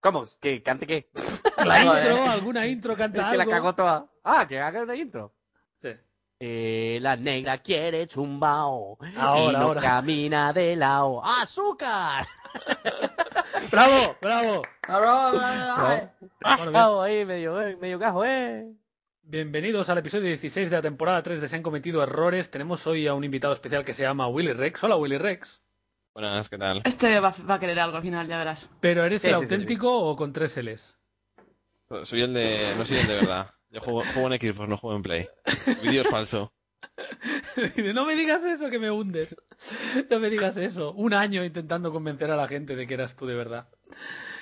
¿Cómo? ¿Qué? ¿Cante qué? La intro, alguna intro, canta eh. Es que la algo. cagó toda. Ah, que haga una intro. Sí. Eh, la negra quiere chumbao. Ahora, y no ahora. camina de lado. ¡Azúcar! ¡Bravo, bravo! Ah, Bueno, bien- Cago ahí, medio, eh, medio cajo, eh. bienvenidos al episodio 16 de la temporada 3 de Se han cometido errores. Tenemos hoy a un invitado especial que se llama Willy Rex. Hola, Willy Rex. Buenas, ¿qué tal? Este va, va a querer algo al final, ya verás. ¿Pero eres Sí, el sí, sí, auténtico o con tres L's? Soy el de... No soy el de verdad. Yo juego, juego en Xbox, pues no juego en Play. El vídeo es falso. Dice, no me digas eso, que me hundes. No me digas eso. Un año intentando convencer a la gente de que eras tú de verdad.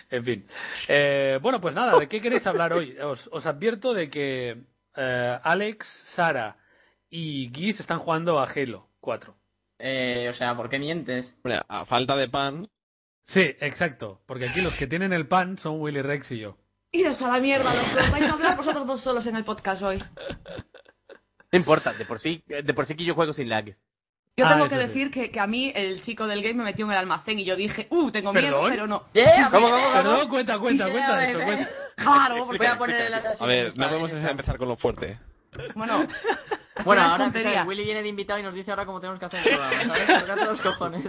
En fin. Eh, bueno, pues nada, ¿de qué queréis hablar hoy? Os, os advierto de que eh, Alex, Sara y Giz están jugando a Halo 4. Eh, o sea, ¿por qué mientes? Hombre, a falta de pan, Sí, exacto. Porque aquí los que tienen el pan son Willy Rex y yo. Iros a la mierda, los dos. Vais a hablar vosotros dos solos en el podcast hoy. No importa, de por sí, eh, de por sí que yo juego sin lag. Yo Ah, tengo eso que sí. decir que, que a mí el chico del game me metió en el almacén y yo dije, uh, tengo miedo, ¿Perdón? pero no. ¿Cómo, cómo, cómo? Perdón, cuenta, cuenta, cuenta eso. Cuenta. Claro, porque Voy a poner el asesino. a ver, no podemos empezar con lo fuerte. bueno, Bueno, una ahora tontería. empieza, Willy viene de invitado y nos dice ahora cómo tenemos que hacer el programa, ¿sabes? Toca todos los cojones.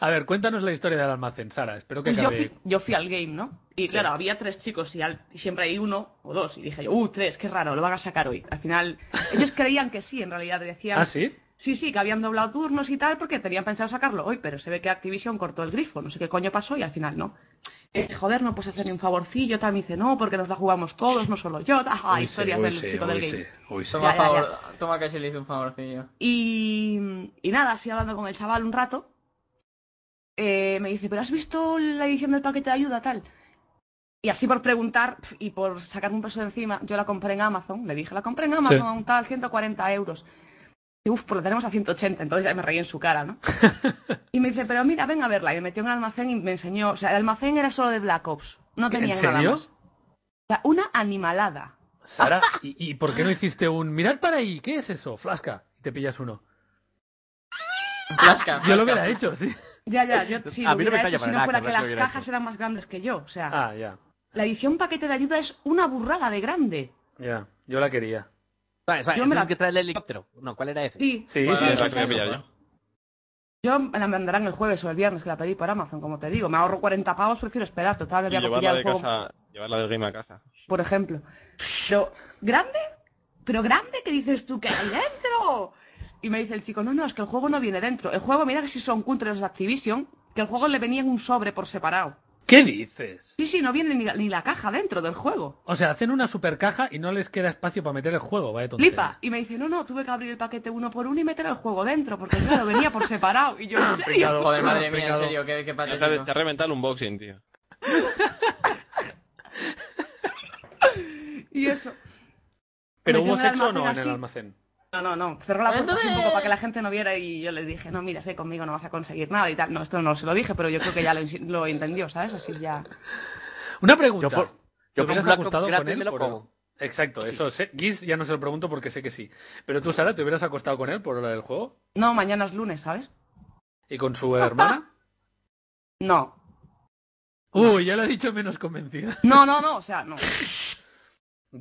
A ver, cuéntanos la historia del almacén, Sara. Espero que yo fui, acabe. yo fui al game, ¿no? Y claro, había tres chicos y, al- y siempre hay uno o dos. Y dije yo, uh, tres, qué raro, lo van a sacar hoy. Al final, ellos creían que sí, en realidad decían. ¿Ah, sí? Sí, sí, que habían doblado turnos y tal, porque tenían pensado sacarlo hoy, pero se ve que Activision cortó el grifo, no sé qué coño pasó y al final no. Eh, joder, no puedes hacer ni un favorcillo, tal, me dice, no, porque nos la jugamos todos, no solo yo, ta- ah, Uy, sí, historias uy, del sí, chico uy, del sí, game. uy, sí. Toma, Ya, ya, favor, ya. toma que se le hizo un favorcillo. Y, y nada, así hablando con el chaval un rato, eh, me dice, pero ¿has visto la edición del paquete de ayuda, tal? Y así por preguntar pf, y por sacarme un peso de encima, yo la compré en Amazon, le dije, la compré en Amazon Sí. a un tal 140 euros. Y, Uf, pues lo tenemos a 180, entonces ya me reí en su cara, ¿no? Y me dice, pero mira, ven a verla. Y me metió en el almacén y me enseñó. O sea, el almacén era solo de Black Ops. No ¿En tenía nada serio? más. O sea, una animalada. Sara, ¿y, y por qué no hiciste un mirad para ahí? ¿Qué es eso? Flasca. Y te pillas uno. Flasca. Yo lo hubiera hecho, sí. Ya, ya, yo si A lo mí no me hubiera falla para hecho, si no nada, fuera que que Blas las lo hubiera cajas hecho. eran más grandes que yo. O sea, Ah, ya. la edición paquete de ayuda es una burrada de grande. Ya. Yo la quería. Suave, suave, Yo ese me es la- el que trae el helicóptero. No, ¿cuál era ese? Sí. Sí, Sí, sí, es la que sí, voy a sí. pillar yo. Yo me la mandarán el jueves o el viernes, que la pedí por Amazon, como te digo. Me ahorro 40 pavos, prefiero esperar. Total, me Y voy a llevarla copiar de el juego, casa, llevarla del game a casa. por ejemplo. Pero, ¿grande? ¿Pero grande? que dices tú que hay dentro? Y me dice el chico, no, no, es que el juego no viene dentro. El juego, mira que si son cutres de Activision, que el juego le venía en un sobre por separado. ¿Qué dices? Sí, sí, no viene ni la, ni la caja dentro del juego. O sea, hacen una supercaja y no les queda espacio para meter el juego, vaya tontería. Flipa. Y me dice, no, no, tuve que abrir el paquete uno por uno y meter el juego dentro, porque claro, venía por separado. Y yo, ¿en serio? Pecado, Joder, madre mía, en pecado. serio, qué, qué Te ha, patético. te ha reventado el unboxing, tío. Y eso. ¿Pero Me hubo tengo el sexo o no almacén en el así. almacén? No, no, no. Cerró la puerta así un Entonces- poco para que la gente no viera y yo le dije, no, mira, sé, conmigo no vas a conseguir nada y tal. No, esto no se lo dije, pero yo creo que ya lo, insi- lo entendió, ¿sabes? Así ya. Una pregunta. Yo por- yo ¿Te por un hubieras Black acostado Ops con gratis él? me lo por- como. Exacto, eso. sé- Guis ya no se lo pregunto porque sé que sí. Pero tú, Sara, ¿te hubieras acostado con él por hora del juego? No, mañana es lunes, ¿sabes? ¿Y con su hermana? No. Uy, ya lo he dicho menos convencida. No, no, no, o sea, no.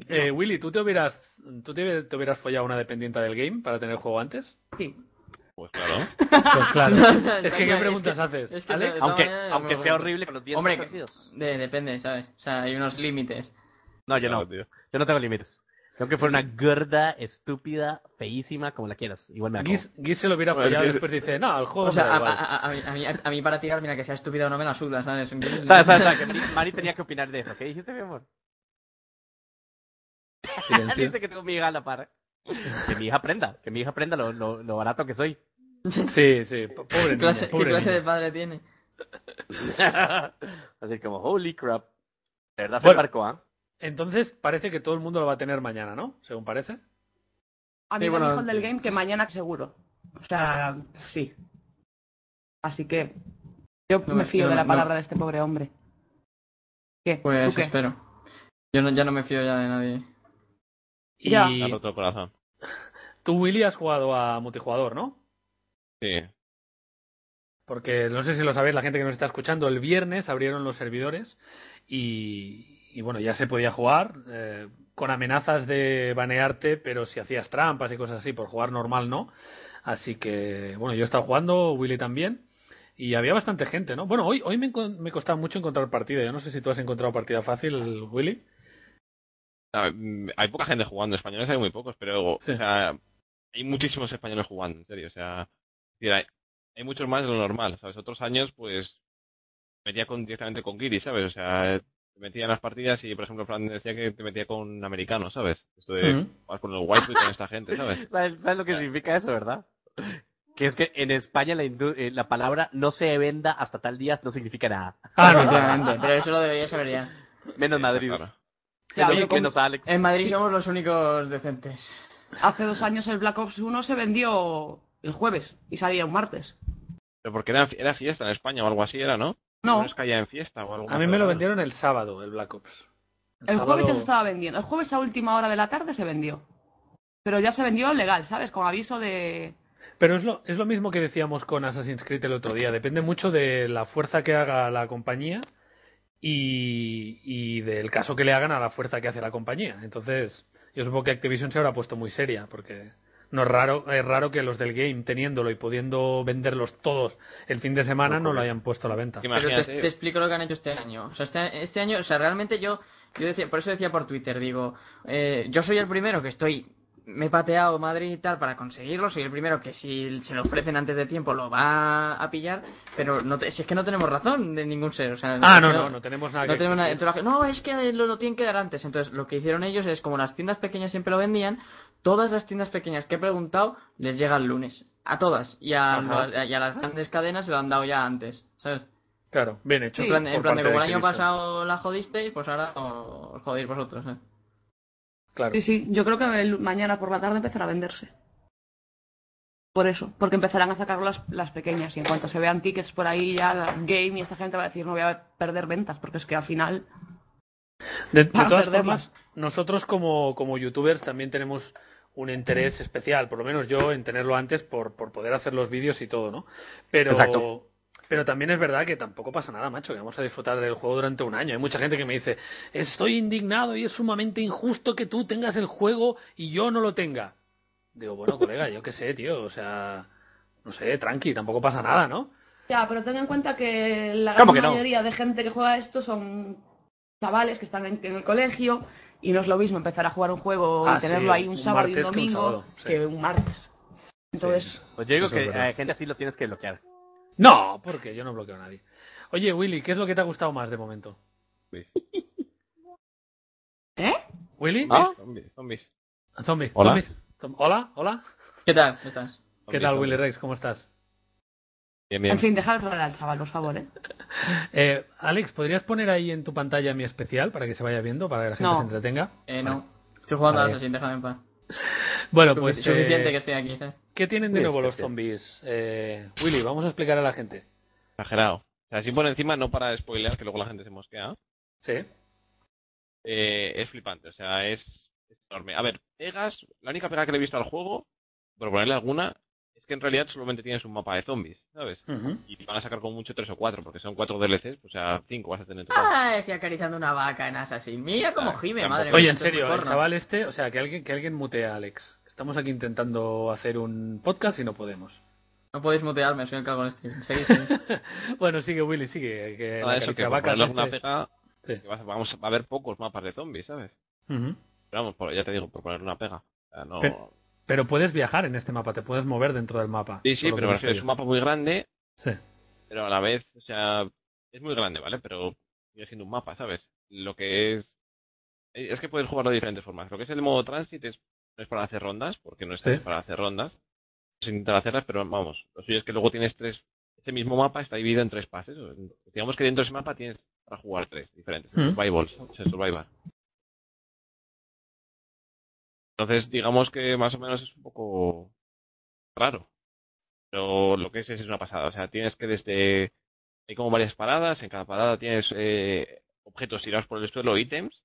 Eh, Willy, ¿tú te hubieras tú te, te hubieras follado una dependiente del game para tener el juego antes? Sí. Pues claro. Pues claro. es que, ¿qué Es que- preguntas haces? es que- Alex, de todas Aunque, maneras, aunque no- sea horrible con los dientes Hombre, que- torcidos. de- depende, ¿sabes? O sea, hay unos límites. No, yo no. Claro, tío. Yo no tengo límites. Tengo que fuera una gorda, estúpida, feísima, como la quieras. Igual me la como. Guis, Guis se lo hubiera Bueno, es follado y que- después dice, no, el juego O sea, me a, da igual. a- a- a mí, a, mí, a mí para tirar, mira, que sea estúpida o no me la suda, ¿sabes? ¿Sabes, sabes, sabes? Que Mari, Mari tenía que opinar de eso. ¿Qué dijiste, mi amor? Silencio. Dice que tengo mi hija a la par. Que mi hija aprenda. Que mi hija aprenda lo, lo, lo barato que soy. Sí, sí, po- pobre ¿Qué niña, clase, qué pobre clase niña. de padre tiene? Así como, holy crap. De verdad se Bueno. marcó, ¿ah? Entonces parece que todo el mundo lo va a tener mañana, ¿no? Según parece. A mí Sí, me bueno, dijo el del sí. game que mañana seguro. O sea, sí. Así que yo No, me no, fío de la no. palabra de este pobre hombre. ¿Qué? ¿Tú Pues qué? espero. Yo no, ya no me fío ya de nadie. Y Ya. Me ha roto el corazón. tú, Willy, has jugado a multijugador, ¿no? Sí. Porque no sé si lo sabéis, la gente que nos está escuchando, el viernes abrieron los servidores y, y, bueno, ya se podía jugar eh, con amenazas de banearte, pero si hacías trampas y cosas así, por jugar normal no. Así que, bueno, yo he estado jugando, Willy también, y había bastante gente, ¿no? Bueno, hoy, hoy me, encon- me costaba mucho encontrar partida. Yo no sé si tú has encontrado partida fácil, Willy. Ah, mm, Hay poca gente jugando, españoles hay muy pocos, pero Sí. o sea, hay muchísimos españoles jugando, en serio. O sea, es decir, hay, hay muchos más de lo normal. ¿sabes? Otros años, pues, metía con, directamente con guiris, ¿sabes? O sea, te metía en las partidas y, por ejemplo, Fran decía que te metía con americanos, ¿sabes? Esto de Mm. Sí. jugar con el waifu y con esta gente, ¿sabes? ¿Sabes, sabes lo que significa eso, verdad? Que es que en España la, indu- eh, la palabra no se venda hasta tal día no significa nada. Ah, Efectivamente, pero eso lo debería saber ya. Menos Sí, Madrid. claro. Claro, menos, yo como- menos Alex. En Madrid somos los únicos decentes. Hace dos años el Black Ops 1 se vendió el jueves y salía un martes. Pero porque era, era fiesta en España o algo así, ¿era, no? No, Pues es caía en fiesta o algo A mí me lo vendieron el sábado, el Black Ops. el jueves ya sábado- se estaba vendiendo. El jueves a última hora de la tarde se vendió. Pero ya se vendió legal, ¿sabes? Con aviso de... Pero es lo, es lo mismo que decíamos con Assassin's Creed el otro día. Depende mucho de la fuerza que haga la compañía y, y del caso que le hagan a la fuerza que hace la compañía. Entonces, yo supongo que Activision se habrá puesto muy seria porque no es raro, es raro que los del game teniéndolo y pudiendo venderlos todos el fin de semana no lo hayan puesto a la venta. Pero te, Imagínate. te explico lo que han hecho este año. O sea, este, este año, o sea, realmente yo, yo decía, por eso decía por Twitter, digo, eh, yo soy el primero que estoy, me he pateado Madrid y tal para conseguirlo, soy el primero que si se lo ofrecen antes de tiempo lo va a pillar, pero no te- si es que no tenemos razón de ningún ser, o sea, Ah, no, no, no tenemos nada no que tenemos nada- exigir. entonces la gente, no, es que lo, lo tienen que dar antes. Entonces, lo que hicieron ellos es, como las tiendas pequeñas siempre lo vendían, todas las tiendas pequeñas que he preguntado les llega el lunes. A todas. Y a, Ajá. y a las grandes cadenas se lo han dado ya antes. ¿Sabes? Claro, bien hecho. en plan, en por plan de parte como el de año Activision. pasado la jodisteis, pues ahora os jodéis vosotros. ¿eh? Claro. Sí, sí, yo creo que el- mañana por la tarde empezará a venderse. Por eso, porque empezarán a sacar las, las pequeñas y en cuanto se vean tickets por ahí ya la Game y esta gente va a decir no voy a perder ventas porque es que al final De, de Para todas perderlas. formas, nosotros como, como youtubers también tenemos un interés especial, por lo menos yo, en tenerlo antes por, por poder hacer los vídeos y todo, ¿no? Pero, Exacto. pero también es verdad que tampoco pasa nada, macho, que vamos a disfrutar del juego durante un año. Hay mucha gente que me dice, estoy indignado y es sumamente injusto que tú tengas el juego y yo no lo tenga. Digo, bueno, colega, yo qué sé, tío, o sea, no sé, tranqui, tampoco pasa nada, ¿no? Ya, pero ten en cuenta que la gran ¿Cómo que no? mayoría de gente que juega esto son chavales que están en, en el colegio y no es lo mismo empezar a jugar un juego Ah, y tenerlo sí, ahí un un sábado y un martes que un domingo sábado, sí. que un martes. Entonces, Sí. Pues yo digo Eso es que verdad. a gente así lo tienes que bloquear. No, porque yo no bloqueo a nadie. Oye, Willy, ¿qué es lo que te ha gustado más de momento? ¿eh? ¿Willy? ¿Ah? Zombies, zombies. Zombies, Hola. zombies. Zom- hola, hola. ¿Qué tal? ¿Cómo estás? ¿Qué Zombies, tal, Willy zombies. Rex? ¿Cómo estás? Bien, En bien. fin, dejad de hablar al chaval, por favor, ¿eh? Eh, Alex, ¿podrías poner ahí en tu pantalla mi especial para que se vaya viendo, para que la gente No. se entretenga? Eh, no. Estoy jugando Vale. a Assassin, déjame en paz. Bueno, pues. Sufici- Suficiente eh, que estoy aquí, ¿sabes? ¿Qué tienen de Muy nuevo los especial. zombies? Eh, Willy, vamos a explicar a la gente. Exagerado. O sea, así por encima, no para spoilear, que luego la gente se mosquea. Sí. eh, es flipante, o sea, es, es enorme. A ver, pegas, la única pega que le he visto al juego, por ponerle alguna, es que en realidad solamente tienes un mapa de zombies, ¿sabes? Y van a sacar como mucho tres o cuatro, porque son cuatro DLCs, pues, o sea, cinco vas a tener. en total. Ah, estoy acariciando una vaca en Assassin. Mira cómo Ah, gime, tampoco. madre mía. Oye, en esto es un serio, el porno. chaval este, o sea, que alguien, que alguien mutee a Alex. Estamos aquí intentando hacer un podcast y no podemos. No podéis mutearme, soy el cagón este. Seguid, seguid. bueno, sigue Willy, sigue. Que Eh, Nada, la Ah, eso que por caricavacas ponerle alguna este- pega, Sí. que vas- vamos a ver pocos mapas de zombies, ¿sabes? Ujú. Pero vamos, por- ya te digo, por poner una pega. O sea, no... Pero- Pero puedes viajar en este mapa, te puedes mover dentro del mapa. sí, sí, por lo pero que me refiero, sé es un yo. mapa muy grande, Sí. pero a la vez, o sea, es muy grande, ¿vale? Pero sigue siendo un mapa, ¿sabes? Lo que es. eh, Es que puedes jugarlo de diferentes formas. Lo que es el modo transit es, no es para hacer rondas, porque no es Sí. para hacer rondas. Es intentar hacerlas, pero vamos, lo suyo es que luego tienes tres ese mismo mapa está dividido en tres pases. Digamos que dentro de ese mapa tienes para jugar tres diferentes. Mm. Survivals, Survival. Entonces, digamos que más o menos es un poco raro. Pero lo que es es una pasada. O sea, tienes que desde... Hay como varias paradas. En cada parada tienes eh, objetos tirados por el suelo, ítems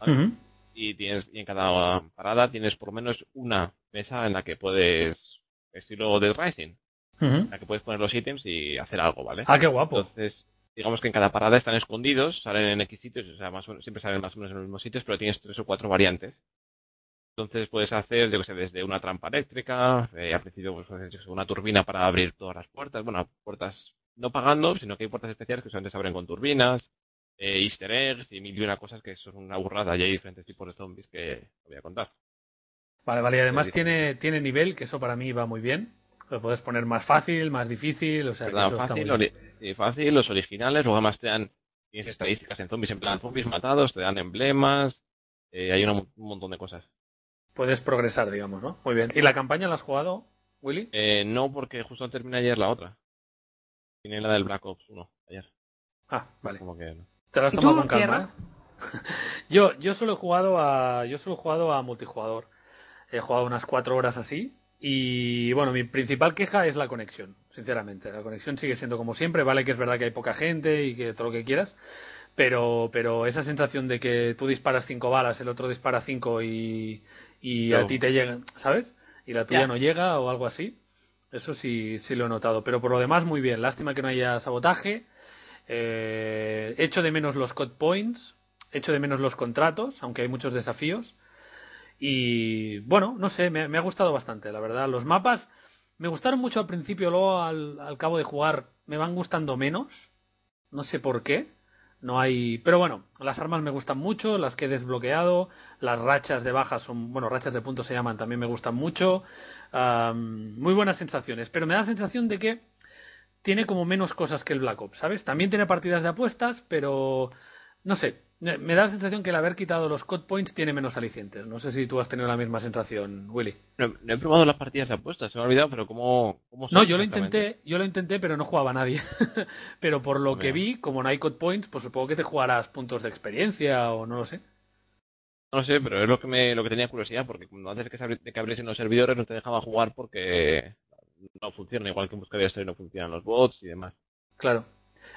Ujú. y tienes y en cada parada tienes por lo menos una mesa en la que puedes estilo de Rising, Ujú. en la que puedes poner los ítems y hacer algo, ¿vale? Ah, qué guapo. Entonces, digamos que en cada parada están escondidos, salen en X sitios, o sea, más o menos- siempre salen más o menos en los mismos sitios, pero tienes tres o cuatro variantes. Entonces puedes hacer, yo que sé, desde una trampa eléctrica, eh, al principio pues, haces, yo qué sé, una turbina para abrir todas las puertas, bueno, puertas no pagando, sino que hay puertas especiales que solamente se abren con turbinas, eh, easter eggs y mil y una cosas que son una burrada y hay diferentes tipos de zombies que no voy a contar. Vale, vale. Y además Sí, sí. tiene, tiene nivel, que eso para mí va muy bien. Lo puedes poner más fácil, más difícil, o sea, que Perdón, eso está fácil, muy bien. ori- sí, fácil, los originales, luego además te dan tienes estadísticas en zombies, en plan zombies matados, te dan emblemas, eh, hay una mo- un montón de cosas. Puedes progresar, digamos, ¿no? Muy bien. ¿Y la campaña la has jugado, Willy? Eh, no, porque justo terminé ayer la otra. Tiene la del Black Ops 1, ayer. Ah, vale. Como que no. Te lo has ¿Y tomado tú, con calma. ¿eh? yo, yo solo he jugado a. Yo solo he jugado a multijugador. He jugado unas cuatro horas así. Y bueno, mi principal queja es la conexión, sinceramente. La conexión sigue siendo como siempre, vale que es verdad que hay poca gente y que todo lo que quieras, pero, pero esa sensación de que tú disparas cinco balas, el otro dispara cinco y, y a No. ti te llegan, ¿sabes? Y la tuya Ya. no llega o algo así. Eso sí, sí lo he notado. Pero por lo demás, muy bien. Lástima que no haya sabotaje. Eh, echo de menos los code points, echo de menos los contratos, aunque hay muchos desafíos. Y bueno, no sé, me, me ha gustado bastante, la verdad. Los mapas me gustaron mucho al principio, luego al, al cabo de jugar me van gustando menos. No sé por qué. No hay. Pero bueno, las armas me gustan mucho, las que he desbloqueado, las rachas de bajas son. Bueno, rachas de puntos se llaman, también me gustan mucho. Ah, muy buenas sensaciones, pero me da la sensación de que tiene como menos cosas que el Black Ops, ¿sabes? También tiene partidas de apuestas, pero no sé, me me da la sensación que el haber quitado los code points tiene menos alicientes. No sé si tú has tenido la misma sensación, Willy. No, no he probado las partidas de apuestas, se me ha olvidado, pero ¿cómo, cómo son No, yo lo exactamente? intenté, yo lo intenté, pero no jugaba nadie. pero por lo que Bueno. vi, como no hay code points, pues supongo que te jugarás puntos de experiencia o no lo sé. No lo sé, pero es lo que, me, lo que tenía curiosidad, porque cuando antes que, se abri- de que abriesen los servidores no te dejaba jugar porque no funciona, igual que en Buscadores no funcionan los bots y demás. Claro.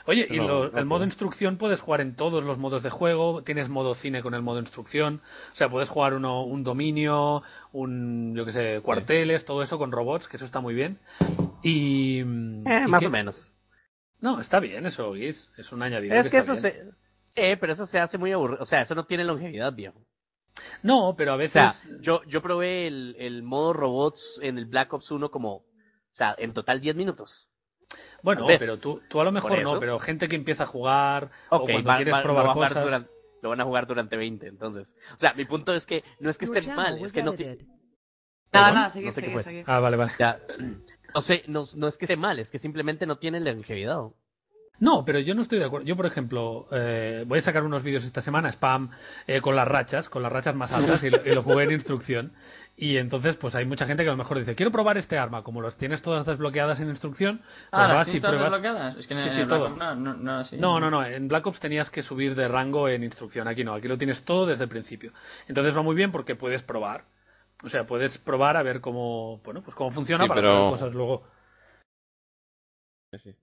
Oye, y No, lo- no el modo puedo. instrucción puedes jugar en todos los modos de juego, tienes modo cine con el modo instrucción, o sea, puedes jugar uno, un dominio, un, yo qué sé, cuarteles, todo eso con robots, que eso está muy bien. Y... Eh, ¿y más qué? o menos. No, está bien eso, Guis, es un añadido. Es que está eso bien. se... Sí, pero eso se hace muy aburrido. O sea, eso no tiene longevidad, viejo. No, pero a O veces... sea, yo, yo probé el, el modo robots en el Black Ops 1 como... O sea, en total 10 minutos. Bueno, Tal vez. pero tú, tú a lo mejor Por no, eso. pero gente que empieza a jugar o Ok, cuando va- quieres va- probar lo, va a jugar cosas. duran- lo van a jugar durante 20, entonces. O sea, mi punto es que no es que Your estén channel mal, was es que no, ti- edited. Nada, Perdón, nada, seguir, no sé qué seguir, fue. seguir. Ah, vale, vale. Ya, no sé, no, no es que esté mal, es que simplemente no tiene longevidad. No, pero yo no estoy de acuerdo. Yo, por ejemplo, eh, voy a sacar unos vídeos esta semana, spam, eh, con las rachas, con las rachas más altas, y lo, y lo jugué en instrucción. Y entonces, pues hay mucha gente que a lo mejor dice, quiero probar este arma. Como los tienes todas desbloqueadas en instrucción, pues Ah, ¿las vas y tienes todas pruebas. desbloqueadas? Es que en Sí, el- en sí, el Black todo. Ops no, no, no, sí. No, no, no. En Black Ops tenías que subir de rango en instrucción. Aquí no. Aquí lo tienes todo desde el principio. Entonces va muy bien porque puedes probar. O sea, puedes probar a ver cómo, bueno, pues cómo funciona Sí, para pero- saber cosas luego. Sí.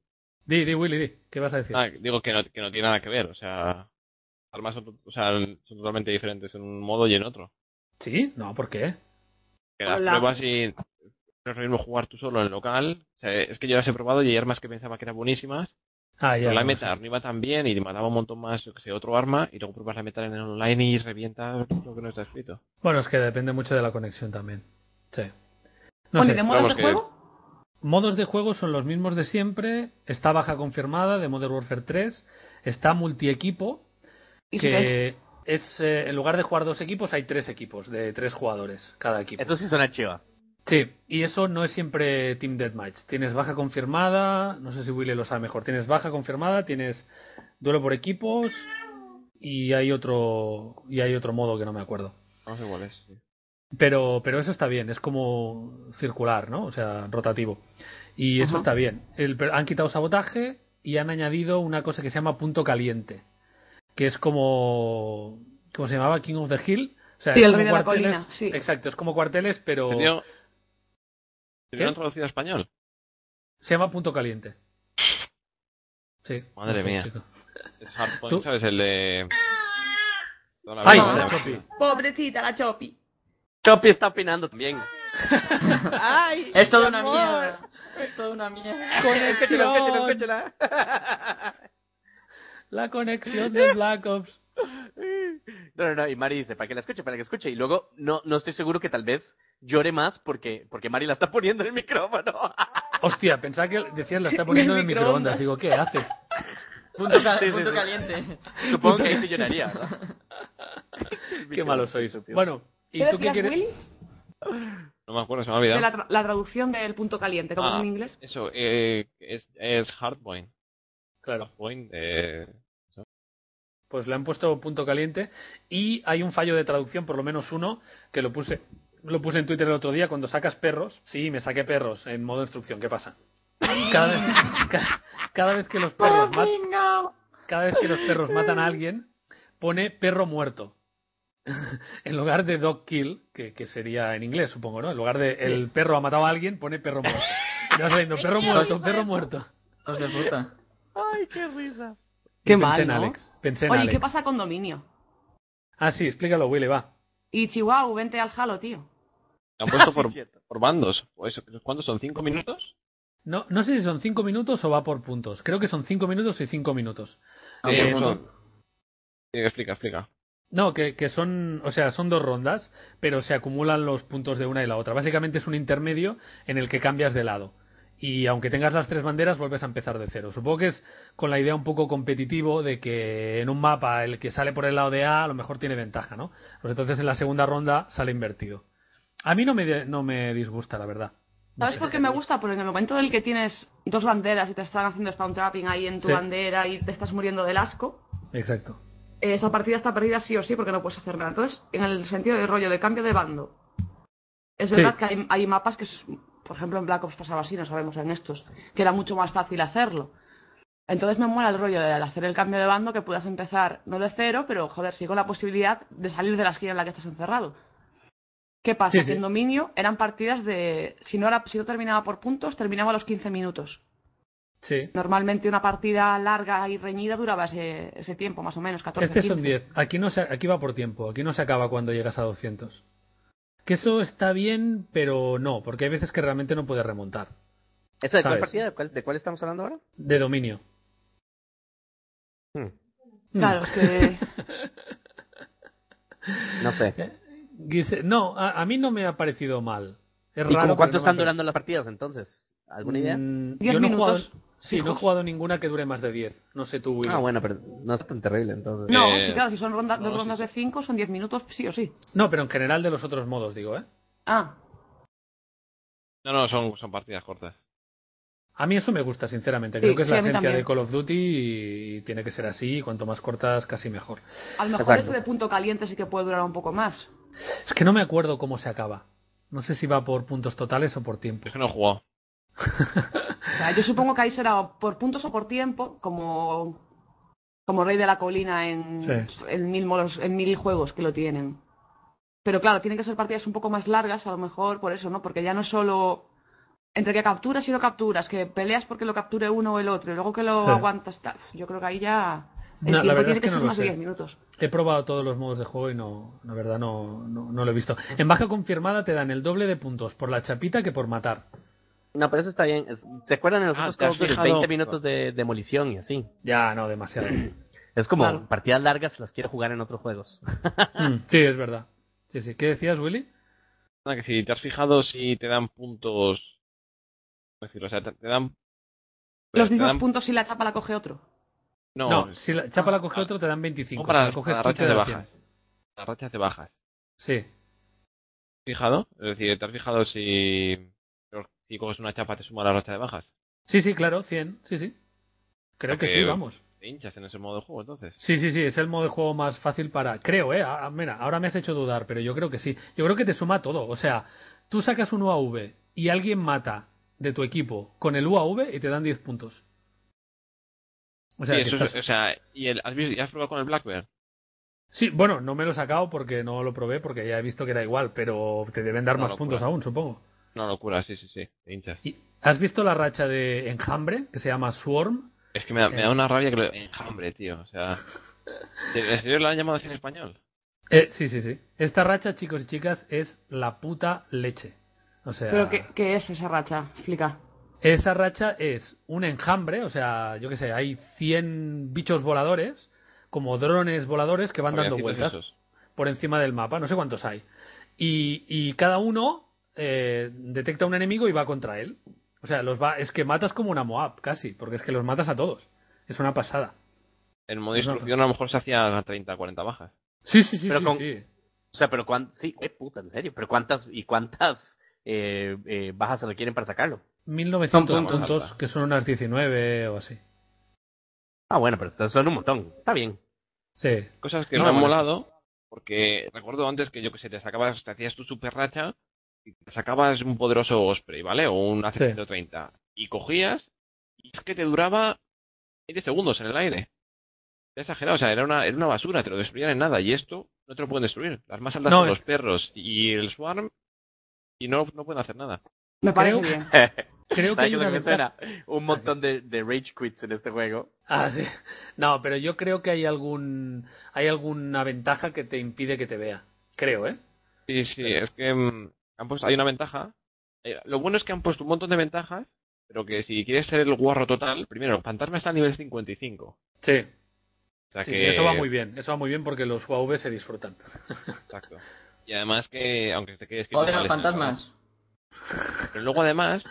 Di, di, Willy, di. ¿Qué vas a decir? Ah, digo que no, que no tiene nada que ver, o sea, armas son, to- o sea, son totalmente diferentes en un modo y en otro. ¿Sí? No, ¿por qué? Que las Hola. pruebas y no es lo mismo jugar tú solo en local, o sea, es que yo las he probado y hay armas que pensaba que eran buenísimas, Ah, ya. pero la no, sí. meta arriba también y mataba un montón más, yo que sé, otro arma y luego pruebas la meta en el online y revienta lo que no está escrito. Bueno, es que depende mucho de la conexión también. Sí. No Bueno, ¿y sé. de modos de vamos que- juego? Modos de juego son los mismos de siempre. Está baja confirmada de Modern Warfare 3. Está multiequipo, ¿Y si te- que es eh, en lugar de jugar dos equipos hay tres equipos de tres jugadores cada equipo. Eso sí suena chiva. Sí, y eso no es siempre Team Deathmatch. Tienes baja confirmada, no sé si Willy lo sabe mejor. Tienes baja confirmada, tienes duelo por equipos y hay otro y hay otro modo que no me acuerdo. No sé cuál es. sí. Pero pero eso está bien, es como circular, ¿no? O sea, rotativo. Y eso Ajá. está bien. El- pero han quitado sabotaje y han añadido una cosa que se llama punto caliente, que es como. ¿Cómo se llamaba? King of the Hill. O sea, Sí, es el como rey de la cuarteles- colina, sí. Exacto, es como cuarteles, pero ¿Tendrían Oh. ¿Qué? traducido a español? se llama punto caliente. Sí. Madre Sí, mía. chico. Es Hardpoint, Tú- ¿sabes? El de... Toda la Ay, vida. la no. Chopi. Pobrecita la Chopi. Chopi está opinando también. ¡Ay! Es toda mi una amor. mierda. Es toda una mierda. Escúchala, escúchala, Conexión. escúchala. La conexión de Black Ops. No, no, no. Y Mari dice, para que la escuche, para que escuche. Y luego, no, no estoy seguro que tal vez llore más porque, porque Mari la está poniendo en el micrófono. Hostia, pensaba que decías la está poniendo en el microondas. microondas. Digo, ¿qué haces? Punto, ca- Sí, sí, punto sí. caliente. Supongo que ahí sí lloraría, ¿verdad? Qué malo sois. Estúpido. Bueno, ¿y ¿Qué tú qué decías, quieres? Willy? No me acuerdo, se me ha olvidado. De la, tra- la traducción del punto caliente, como Ah, en inglés. Eso, eh, es, es Hardpoint. Claro. Hardpoint, eh, Pues le han puesto punto caliente y hay un fallo de traducción, por lo menos uno, que lo puse lo puse en Twitter el otro día cuando sacas perros. Sí, me saqué perros en modo instrucción. ¿Qué pasa? Cada vez, ca- cada, vez que los perros mat- cada vez que los perros matan a alguien pone perro muerto en lugar de dog kill que, que sería en inglés supongo no en lugar de el perro ha matado a alguien pone perro muerto Y vas leyendo, perro muerto perro muerto Hijos de puta. Ay, qué risa. Qué pensé mal, en ¿no? Alex pensé en Oye, ¿y Alex ¿qué pasa con Dominio? ah sí explícalo Willy va Y Chihuahua, vente al jalo, tío. la han puesto Sí, por, es cierto. por bandos. Pues, ¿Cuántos son? ¿Cinco minutos? No, no sé si son cinco minutos o va por puntos. Creo que son cinco minutos y cinco minutos. Ah, Eh, por punto. Sí, explica, explica. No, que, que son, o sea, son dos rondas, pero se acumulan los puntos de una y la otra. Básicamente es un intermedio en el que cambias de lado. Y aunque tengas las tres banderas, vuelves a empezar de cero. Supongo que es con la idea un poco competitivo de que en un mapa el que sale por el lado de A a lo mejor tiene ventaja, ¿no? Pues entonces en la segunda ronda sale invertido. A mí no me, de- no me disgusta, la verdad. No ¿Sabes sé. por qué me gusta? Porque en el momento en el que tienes dos banderas y te están haciendo spawn trapping ahí en tu Sí. bandera y te estás muriendo del asco, Exacto. eh, esa partida está perdida sí o sí porque no puedes hacer nada. Entonces, en el sentido del rollo de cambio de bando, es Sí. verdad que hay, hay mapas que, es- por ejemplo, en Black Ops pasaba así, no sabemos en estos, que era mucho más fácil hacerlo. Entonces me mola el rollo de al hacer el cambio de bando que puedas empezar no de cero, pero joder, sí con la posibilidad de salir de la esquina en la que estás encerrado. ¿Qué pasa? Sí, Que sí. en dominio eran partidas de. Si no, era, si no terminaba por puntos, terminaba a los 15 minutos. Sí. Normalmente una partida larga y reñida duraba ese, ese tiempo, más o menos, 14 Este son 15. 10. Aquí, no se, aquí va por tiempo. Aquí no se acaba cuando llegas a 200. Que eso está bien, pero no, porque hay veces que realmente no puedes remontar. ¿Esa de cuál ¿Sabes? partida? ¿De cuál, de cuál estamos hablando ahora? De dominio. Hmm. Mm. Claro, es que. No sé. Dice- no, a, a mí no me ha parecido mal. Es ¿Y raro, como pero cuánto no me ha están pare- durando las partidas entonces? ¿Alguna idea? Mm, Diez yo no he jugado- minutos sí, no he fijos. jugado ninguna que dure más de 10. No sé tú, Will. Ah, bueno, pero no es tan terrible entonces. No, Eh, sí, claro, si son ronda- no, dos sí, rondas sí. de cinco, son 10 minutos, sí o sí. No, pero en general de los otros modos, digo, ¿eh? Ah, No, no, son, son partidas cortas. A mí eso me gusta, sinceramente. Sí, Creo que es sí, la a mí esencia también. de Call of Duty y tiene que ser así. Y cuanto más cortas, casi mejor. a lo mejor Exacto. este de punto caliente sí que puede durar un poco más. Es que no me acuerdo cómo se acaba. No sé si va por puntos totales o por tiempo. Es que no he jugado. O sea, yo supongo que ahí será por puntos o por tiempo, como, como Rey de la Colina en, Sí. en, mil modos- en mil juegos que lo tienen. Pero claro, tienen que ser partidas un poco más largas, a lo mejor por eso, ¿no? Porque ya no es solo entre que capturas y no capturas, que peleas porque lo capture uno o el otro, y luego que lo Sí. aguantas. tal. Yo creo que ahí ya. El No, la tiempo verdad tiene es que que, no ser lo más de sé. 10 minutos. He probado todos los modos de juego y no, la verdad, no, no, no lo he visto. En baja confirmada te dan el doble de puntos por la chapita que por matar. No, pero eso está bien. Es- ¿Se acuerdan en los Ah, otros ¿te has Call of Duty? fijado? 20 minutos de demolición y así. Ya, no, demasiado. Mm, Es como Claro. partidas largas las quiero jugar en otros juegos. Mm, sí, es verdad. Sí, sí. ¿Qué decías, Willy? Nada, que si te has fijado si te dan puntos... ¿cómo decirlo? O sea, te, te dan... Los te mismos dan- puntos si la chapa la coge otro. No, No, si la chapa la coge ah, otro te dan 25. para si la las- coges para tú, las te rachas dan de 100. las rachas te bajas. Sí. ¿Te has fijado? Es decir, ¿te has fijado si... Si coges una chapa te suma la racha de bajas? Sí, sí, claro, 100. Sí, sí. Creo que Ok, sí, va. vamos. Te hinchas en ese modo de juego, entonces. Sí, sí, sí, es el modo de juego más fácil para. Creo, ¿eh? Ah, Mira, ahora me has hecho dudar, pero yo creo que sí. Yo creo que te suma todo. O sea, tú sacas un UAV y alguien mata de tu equipo con el UAV y te dan 10 puntos. O sea, Sí, que eso es- estás- o sea, ¿y el- has, visto- has probado con el Blackbird? sí, bueno, no me lo he sacado porque no lo probé, porque ya he visto que era igual, pero te deben dar Una más locura. puntos aún, supongo. Una locura, sí, sí, sí. Te hinchas. ¿Y ¿Has visto la racha de enjambre que se llama Swarm? Es que me da, me Eh. da una rabia que lo. Enjambre, tío. O sea. ¿En serio lo han llamado así en español? Eh, sí, sí, sí. Esta racha, chicos y chicas, es la puta leche. O sea, ¿Pero qué, qué es esa racha? Explica. esa racha es un enjambre, o sea, yo qué sé, hay 100 bichos voladores, como drones voladores que van dando Avioncitos vueltas esos. por encima del mapa, no sé cuántos hay. Y, y cada uno eh, detecta un enemigo y va contra él. O sea, los va, es que matas como una Moab, casi, porque es que los matas a todos. Es una pasada. En modo Exacto. instrucción a lo mejor se hacía 30, 40 bajas. Sí, sí, sí, Pero sí, con- sí. O sea, pero cuán, sí, güey, puta, en serio, pero cuántas y cuántas eh, eh, bajas se requieren para sacarlo. 1900 Son puntos. puntos, que son unas 19 o así. Ah, bueno, pero estas son un montón. Está bien. Sí, Cosas que No, no, han bueno. molado, porque recuerdo antes que yo que sé, te sacabas, te hacías tu super racha y te sacabas un poderoso Osprey, ¿vale? O un AC-130. Y cogías, y es que te duraba 20 segundos en el aire. Te exagerado, o sea, era una, era una basura, te lo destruían en nada, y esto no te lo pueden destruir. Las más altas No, son es- los perros y el Swarm, y no, no pueden hacer nada. Me parece Creo- bien. creo que ¿Sabes hay qué es una lo que me ventaja- suena? Un montón de, de rage quits en este juego. Ah, sí. No, pero yo creo que hay algún hay alguna ventaja que te impide que te vea. Creo, ¿eh? Sí, sí, es que mm, han puesto, hay una ventaja. Eh, Lo bueno es que han puesto un montón de ventajas, pero que si quieres ser el guarro total, primero, Fantasma está a nivel 55. O Sí, sea sí, que... sí, eso va muy bien. Eso va muy bien porque los UAV se disfrutan. Exacto. Y además que, aunque te quedes... Joder, quieto, los vale, fantasmas. Pero luego además,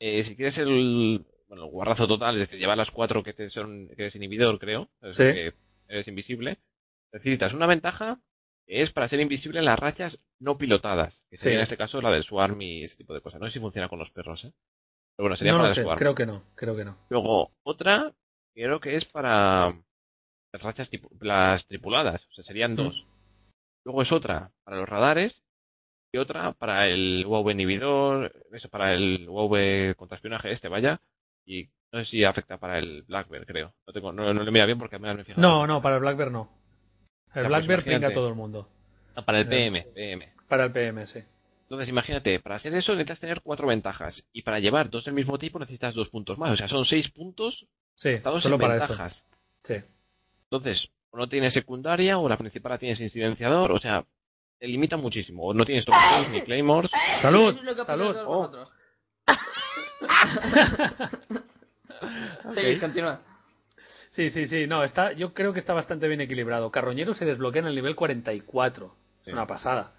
eh, si quieres el, bueno, el guarrazo total, es decir, llevar las cuatro que, te son, que eres inhibidor, creo, o sea, Sí. que eres invisible, necesitas una ventaja que es para ser invisible en las rachas no pilotadas, que Sí. sería en este caso la del swarm y ese tipo de cosas. No sé si funciona con los perros, ¿eh? Pero bueno, sería no para lo el sé, swarm. creo que no, creo que no. Luego, otra, creo que es para las rachas tipu- las tripuladas, o sea, serían dos. Luego es otra para los radares y otra para el UAV inhibidor, eso para el UAV contraespionaje este, vaya, y no sé si afecta para el Blackbird, creo. No, tengo, no, no lo mira bien porque apenas me he fijado. No, no, para el Blackbird no. El pues Blackbird pinga a imagínate. todo el mundo. Ah, para el PM, PM. Para el PM, sí. Entonces, imagínate, para hacer eso necesitas tener cuatro ventajas y para llevar dos del mismo tipo necesitas dos puntos más, o sea, son seis puntos Sí, dados solo en para ventajas. eso. Sí. Entonces, o no tienes secundaria, o la principal la tienes incidenciador, o sea, te limita muchísimo. O no tienes tocados ni claymores. Salud, Eso es lo que opináis salud. todos Oh. vosotros. Seguid, continuad. Sí, sí, sí. No, está, yo creo que está bastante bien equilibrado. Carroñero se desbloquea en el nivel 44. Es Sí. una pasada.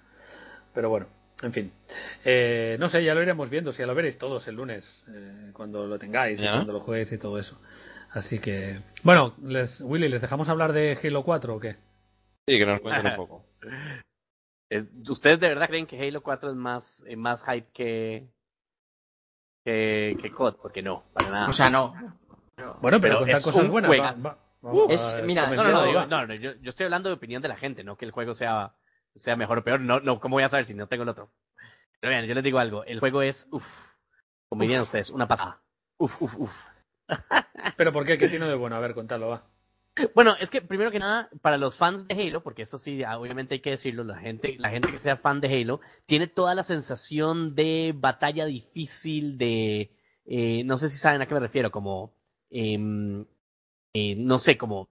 Pero bueno, en fin. Eh, no sé, ya lo iremos viendo. Si ya lo veréis todos el lunes, eh, cuando lo tengáis, y Ya. cuando lo jueguéis y todo eso. Así que. Bueno, les, Willy, ¿les dejamos hablar de Halo 4 o qué? Sí, que nos cuenten un poco. Eh, ¿Ustedes de verdad creen que Halo 4 es más, eh, más hype que, que, que COD? Porque no, para nada. O sea, no. No. Bueno, pero, Pero cuenta es cosas un buenas. juegazo. vamos Es- a- mira, no, no, no, comentemos, digo, va. no, no, yo, yo estoy hablando de opinión de la gente, no que el juego sea, sea mejor o peor. No, no, ¿cómo voy a saber si no tengo el otro? Pero vean, yo les digo algo, el juego es, uff, como dirían ustedes, una pasada. Uf, uf, uf. Pero ¿por qué? ¿Qué tiene de bueno? A ver, contadlo, va. Bueno, es que primero que nada, para los fans de Halo, porque esto sí, ah, obviamente hay que decirlo, la gente, la gente que sea fan de Halo, tiene toda la sensación de batalla difícil, de eh, no sé si saben a qué me refiero, como em, eh, no sé, como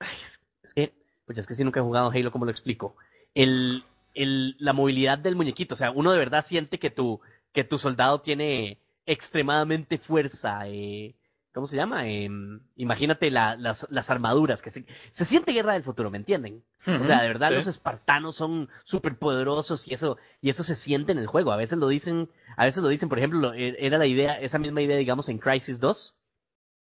Ay, es que, pues es que si nunca he jugado Halo, ¿cómo lo explico? El, el, la movilidad del muñequito, o sea, uno de verdad siente que tu, que tu soldado tiene extremadamente fuerza, eh, ¿cómo se llama? Em, imagínate la- las, las armaduras, que se, se siente guerra del futuro, ¿me entienden? O sea, de verdad Sí. los espartanos son súper poderosos y eso, y eso se siente en el juego. A veces lo dicen, a veces lo dicen, por ejemplo, lo- e- era la idea, esa misma idea, digamos, en Crisis 2,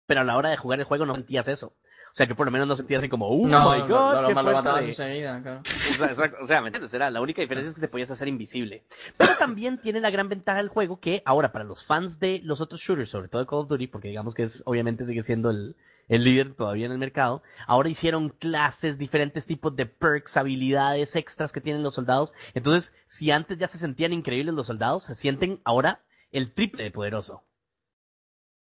pero a la hora de jugar el juego no sentías eso. O sea, que por lo menos no sentías así como, ¡Uh, No, my no, God! no, lo, qué lo fuerza matabas de- enseguida, claro. o sea, exacto. O sea, ¿me entiendes? Era la única diferencia es que te podías hacer invisible. Pero también tiene la gran ventaja del juego que ahora para los fans de los otros shooters, sobre todo de Call of Duty, porque digamos que es obviamente sigue siendo el, el líder todavía en el mercado, ahora hicieron clases, diferentes tipos de perks, habilidades extras que tienen los soldados. Entonces, si antes ya se sentían increíbles los soldados, se sienten ahora el triple de poderoso.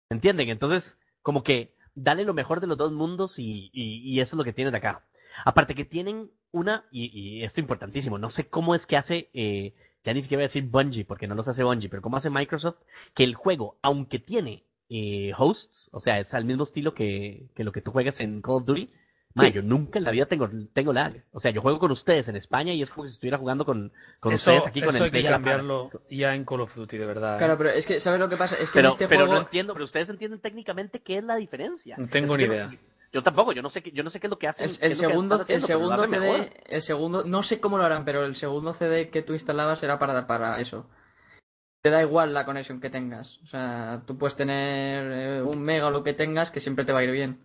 ¿Entienden? Entonces, como que dale lo mejor de los dos mundos y, y, y eso es lo que tienen acá. Aparte que tienen una, y, y esto importantísimo, no sé cómo es que hace, eh, ya ni siquiera voy a decir Bungie, porque no los hace Bungie, pero cómo hace Microsoft que el juego, aunque tiene eh, hosts, o sea, es al mismo estilo que, que lo que tú juegas en Call of Duty, ma, yo nunca en la vida tengo, tengo lag. O sea, yo juego con ustedes en España y es como si estuviera jugando con, con eso, ustedes aquí con el eso hay que play a la par. cambiarlo ya en Call of Duty, de verdad. ¿eh? Claro, pero es que, ¿sabes lo que pasa? Es que Pero, en este pero no juego. entiendo, pero ustedes entienden técnicamente qué es la diferencia. No tengo Es ni que idea. no- yo tampoco, yo no sé qué, yo no sé qué es lo que hacen. El, qué el es lo que segundo, están haciendo, el pero lo segundo hacen CD, mejor. el segundo, no sé cómo lo harán, pero el segundo CD que tú instalabas era para, para eso. Te da igual la conexión que tengas. O sea, tú puedes tener eh, un mega o lo que tengas que siempre te va a ir bien.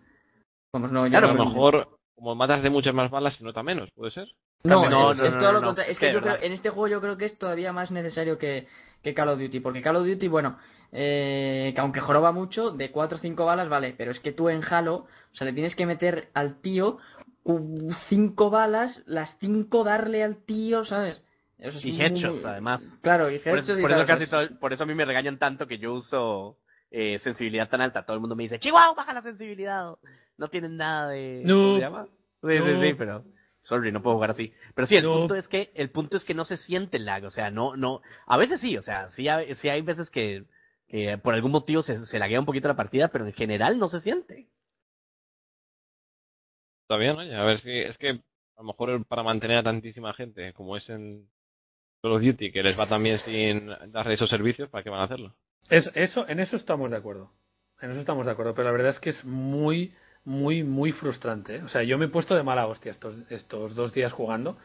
Vamos, no, yo Claro, a no- lo mejor, como matas de muchas más balas, se nota menos, ¿puede ser? No, También- no, es, no, es no, todo no, lo no, contrario. Es que de yo creo, verdad. en este juego yo creo que es todavía más necesario que, que Call of Duty, porque Call of Duty, bueno, eh, que aunque joroba mucho, de 4 o 5 balas, vale, pero es que tú en Halo, o sea, le tienes que meter al tío 5 balas, las 5 darle al tío, ¿sabes? Eso es Y muy- headshots, muy- además. Claro, y Por headshots eso, y por tal, eso casi o sea, todo- por eso a mí me regañan tanto que yo uso eh, sensibilidad tan alta. Todo el mundo me dice, Chihuahua, baja la sensibilidad. No tienen nada de... No. ¿Cómo se llama? Sí, sí, No. sí, pero... Sorry, no puedo jugar así. Pero sí, el No. punto es que el punto es que no se siente el lag. O sea, no, no... A veces sí, o sea, sí, hay- sí hay veces que, que por algún motivo se, se laguea un poquito la partida, pero en general no se siente. Está bien, oye, a ver si es que a lo mejor para mantener a tantísima gente como es en Call of Duty, que les va también sin darle esos servicios, ¿para qué van a hacerlo? Es- eso, en eso estamos de acuerdo. En eso estamos de acuerdo. Pero la verdad es que es muy, muy, muy frustrante. ¿eh? O sea, yo me he puesto de mala hostia estos, estos dos días jugando.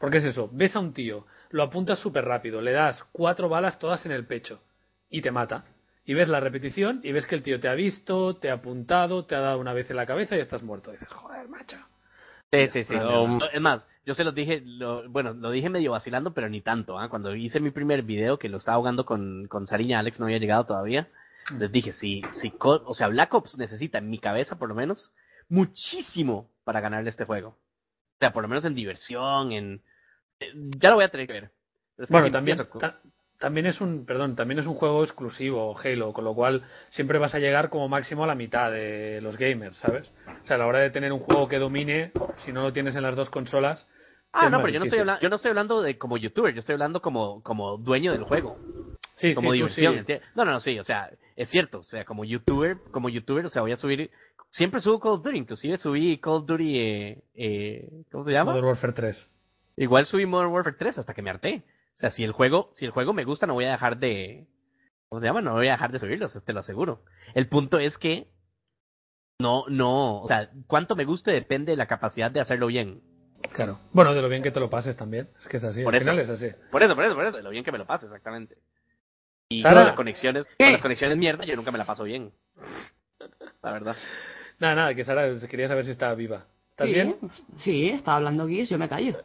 Porque es eso, ves a un tío, lo apuntas súper rápido, le das cuatro balas todas en el pecho y te mata. Y ves la repetición y ves que el tío te ha visto, te ha apuntado, te ha dado una vez en la cabeza y estás muerto. Y dices, joder, macho. Sí, sí, Um, sí. Pero- No, Es más, yo se los dije, lo- bueno, lo dije medio vacilando, pero ni tanto. ¿ah? Cuando hice mi primer video, que lo estaba jugando con, con Sariña, Alex no había llegado todavía, les dije, sí, sí, co- o sea, Black Ops necesita, en mi cabeza por lo menos, muchísimo para ganarle este juego. O sea, por lo menos en diversión, en... eh, Ya lo voy a tener que ver. Pero es que Bueno, si también, empiezo con- ta- también es un, perdón, también es un juego exclusivo, Halo, con lo cual siempre vas a llegar como máximo a la mitad de los gamers, ¿sabes? O sea, a la hora de tener un juego que domine, si no lo tienes en las dos consolas. Ah, es no, más pero yo no, estoy difícil. hablando, yo no estoy hablando de como youtuber, yo estoy hablando como, como dueño del juego. Sí, sí, como tú diversión. sí. ¿entiendes? No, no, no, sí, o sea, es cierto, o sea, como youtuber, como youtuber, o sea, voy a subir, siempre subo Call of Duty, inclusive subí Call of Duty, eh, eh, ¿cómo se llama? Modern Warfare 3. Igual subí Modern Warfare 3 hasta que me harté. O sea, si el juego, si el juego me gusta, no voy a dejar de, ¿cómo se llama? No voy a dejar de subirlo, eso te lo aseguro. El punto es que no, no, o sea, cuánto me guste depende de la capacidad de hacerlo bien. Claro. Bueno, de lo bien que te lo pases también. Es que es así. Por al eso. final es así. Por eso, por eso, por eso, de lo bien que me lo pase, exactamente. Y Sara. con las conexiones, con las conexiones mierda, yo nunca me la paso bien. La verdad. Nada, nada, que Sara quería saber si estaba viva. ¿Estás bien? Sí, sí, estaba hablando Guis, yo me callo.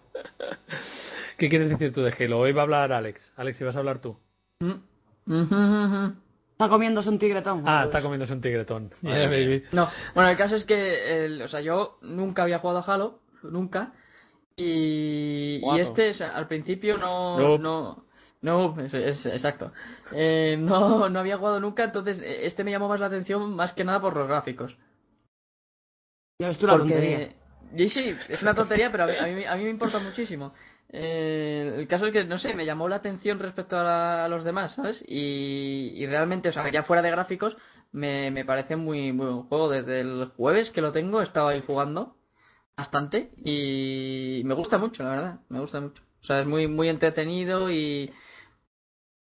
¿Qué quieres decir tú de Halo? Hoy va a hablar Alex. Alex, si vas a hablar tú. Está comiéndose un tigretón. Ah, está comiéndose un tigretón. Yeah, baby. No, bueno, el caso es que, el- o sea, yo nunca había jugado a Halo, nunca. Y, y Guapo. este, o sea, al principio no. Nope. No, no es, es- exacto. Eh, no, no había jugado nunca, entonces eh, este me llamó más la atención más que nada por los gráficos. Ya ves tú la Porque- tontería. Y sí, es una tontería, pero a mí, a mí- a mí me importa muchísimo. Eh, el caso es que, no sé, me llamó la atención respecto a, la- a los demás, ¿sabes? Y, y realmente, o sea, ya fuera de gráficos, me, me parece muy, muy buen juego. Desde el jueves que lo tengo, estaba ahí jugando bastante y me gusta mucho, la verdad, me gusta mucho. O sea, es muy, muy entretenido y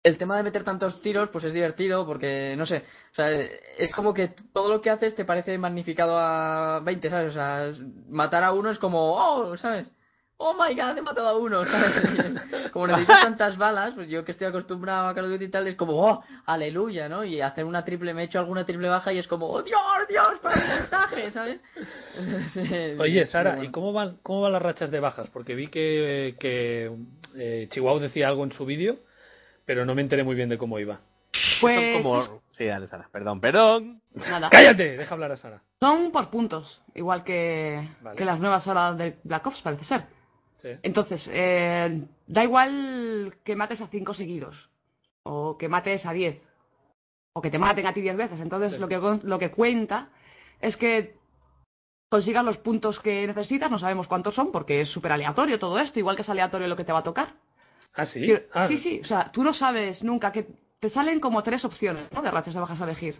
el tema de meter tantos tiros, pues es divertido porque, no sé, o sea, es como que todo lo que haces te parece magnificado a 20, ¿sabes? O sea, es- matar a uno es como, oh, ¿sabes? Oh my god, he matado a uno, ¿sabes? Como necesitas tantas balas, pues yo que estoy acostumbrado a Call of Duty y tal, es como, oh, aleluya, ¿no? Y hacer una triple, me he hecho alguna triple baja y es como, oh Dios, Dios, para el montaje, ¿sabes? Oye, Sara, Bueno. ¿y cómo van, cómo van las rachas de bajas? Porque vi que, que eh, Chihuahua decía algo en su vídeo, pero no me enteré muy bien de cómo iba. Pues Son como... Sí, dale, Sara. Perdón, perdón. nada. ¡Cállate! Deja hablar a Sara. Son por puntos, igual que, Vale. que las nuevas horas del Black Ops, parece ser. Sí. Entonces, eh, da igual que mates a cinco seguidos. o que mates a 10 o que te maten a ti 10 veces. Entonces Sí. lo, que, con- lo que cuenta es que consigas los puntos que necesitas, no sabemos cuántos son porque es súper aleatorio todo esto, igual que es aleatorio lo que te va a tocar. Ah, sí. Quiero- Ah, sí, sí, o sea, tú no sabes nunca que te salen como tres opciones ¿no? de rachas de bajas a elegir,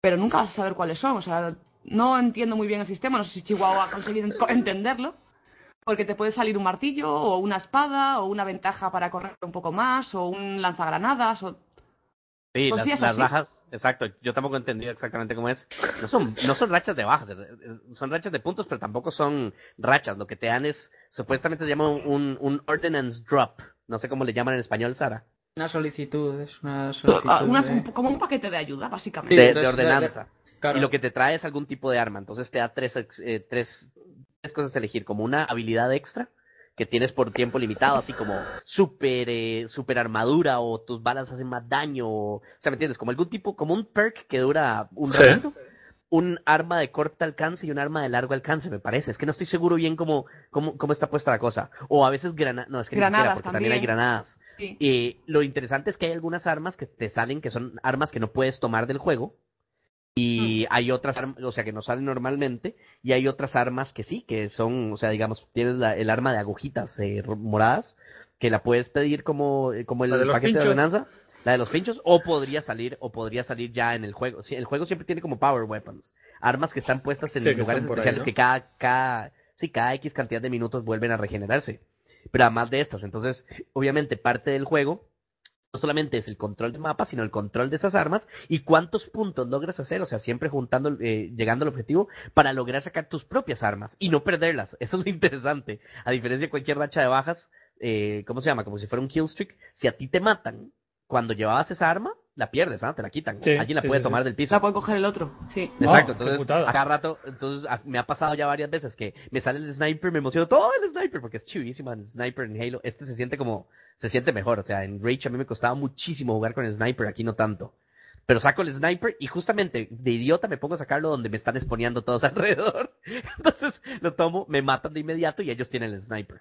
pero nunca vas a saber cuáles son. O sea, no entiendo muy bien el sistema, no sé si Chihuahua ha conseguido en- entenderlo, porque te puede salir un martillo o una espada o una ventaja para correr un poco más o un lanzagranadas o Sí, Pues las, sí, es las así. bajas, exacto. Yo tampoco he entendido exactamente cómo es. No son, no son rachas de bajas, eh, eh, son rachas de puntos, pero tampoco son rachas. Lo que te dan es, supuestamente se llama un, un ordinance drop. No sé cómo le llaman en español, Sara. Una solicitud, es una solicitud. ¿eh? Ah, unas- de- un- como un paquete de ayuda, De, básicamente. Sí, de entonces, ordenanza. claro. Y lo que te trae es algún tipo de arma. Entonces te da tres, ex- eh, tres, tres cosas a elegir, como una habilidad extra que tienes por tiempo limitado, así como super, eh, super armadura o tus balas hacen más daño. O, o sea, ¿me entiendes? Como algún tipo, como un perk que dura un Sí. ratito. Un arma de corto alcance y un arma de largo alcance, me parece. Es que no estoy seguro bien cómo, cómo, cómo está puesta la cosa. O a veces granadas. No, es que ni siquiera, Granadas porque también hay también. granadas. Sí. Eh, lo interesante es que hay algunas armas que te salen que son armas que no puedes tomar del juego. Y hay otras armas, o sea, que no salen normalmente. Y hay otras armas que sí, que son, o sea, digamos, tienes la- el arma de agujitas eh, ro- moradas, que la puedes pedir como, eh, como el La de los paquete de pinchos. ordenanza, la de los pinchos, o podría salir, o podría salir ya en el juego. Sí, el juego siempre tiene como power weapons, armas que están puestas en Sí, que lugares están por ahí, especiales ¿no? que cada, cada, sí, cada X cantidad de minutos vuelven a regenerarse. Pero además de estas, entonces, obviamente parte del juego no solamente es el control del mapa, sino el control de esas armas y cuántos puntos logras hacer, o sea, siempre juntando, eh, llegando al objetivo para lograr sacar tus propias armas y no perderlas. Eso es lo interesante. A diferencia de cualquier racha de bajas, eh, ¿cómo se llama? Como si fuera un kill streak. Si a ti te matan, cuando llevabas esa arma, la pierdes, ¿ah? te la quitan. Sí, Alguien la sí, puede sí, tomar sí. del piso. La puede coger el otro, sí. Exacto, Wow, Ah, qué entonces putada. a cada rato, entonces a- me ha pasado ya varias veces que me sale el sniper, me emociono todo el sniper, porque es chivísima el sniper en Halo, este se siente como, se siente mejor, o sea, en Rage a mí me costaba muchísimo jugar con el sniper, aquí no tanto, pero saco el sniper y justamente de idiota me pongo a sacarlo donde me están exponeando todos alrededor, entonces lo tomo, me matan de inmediato y ellos tienen el sniper.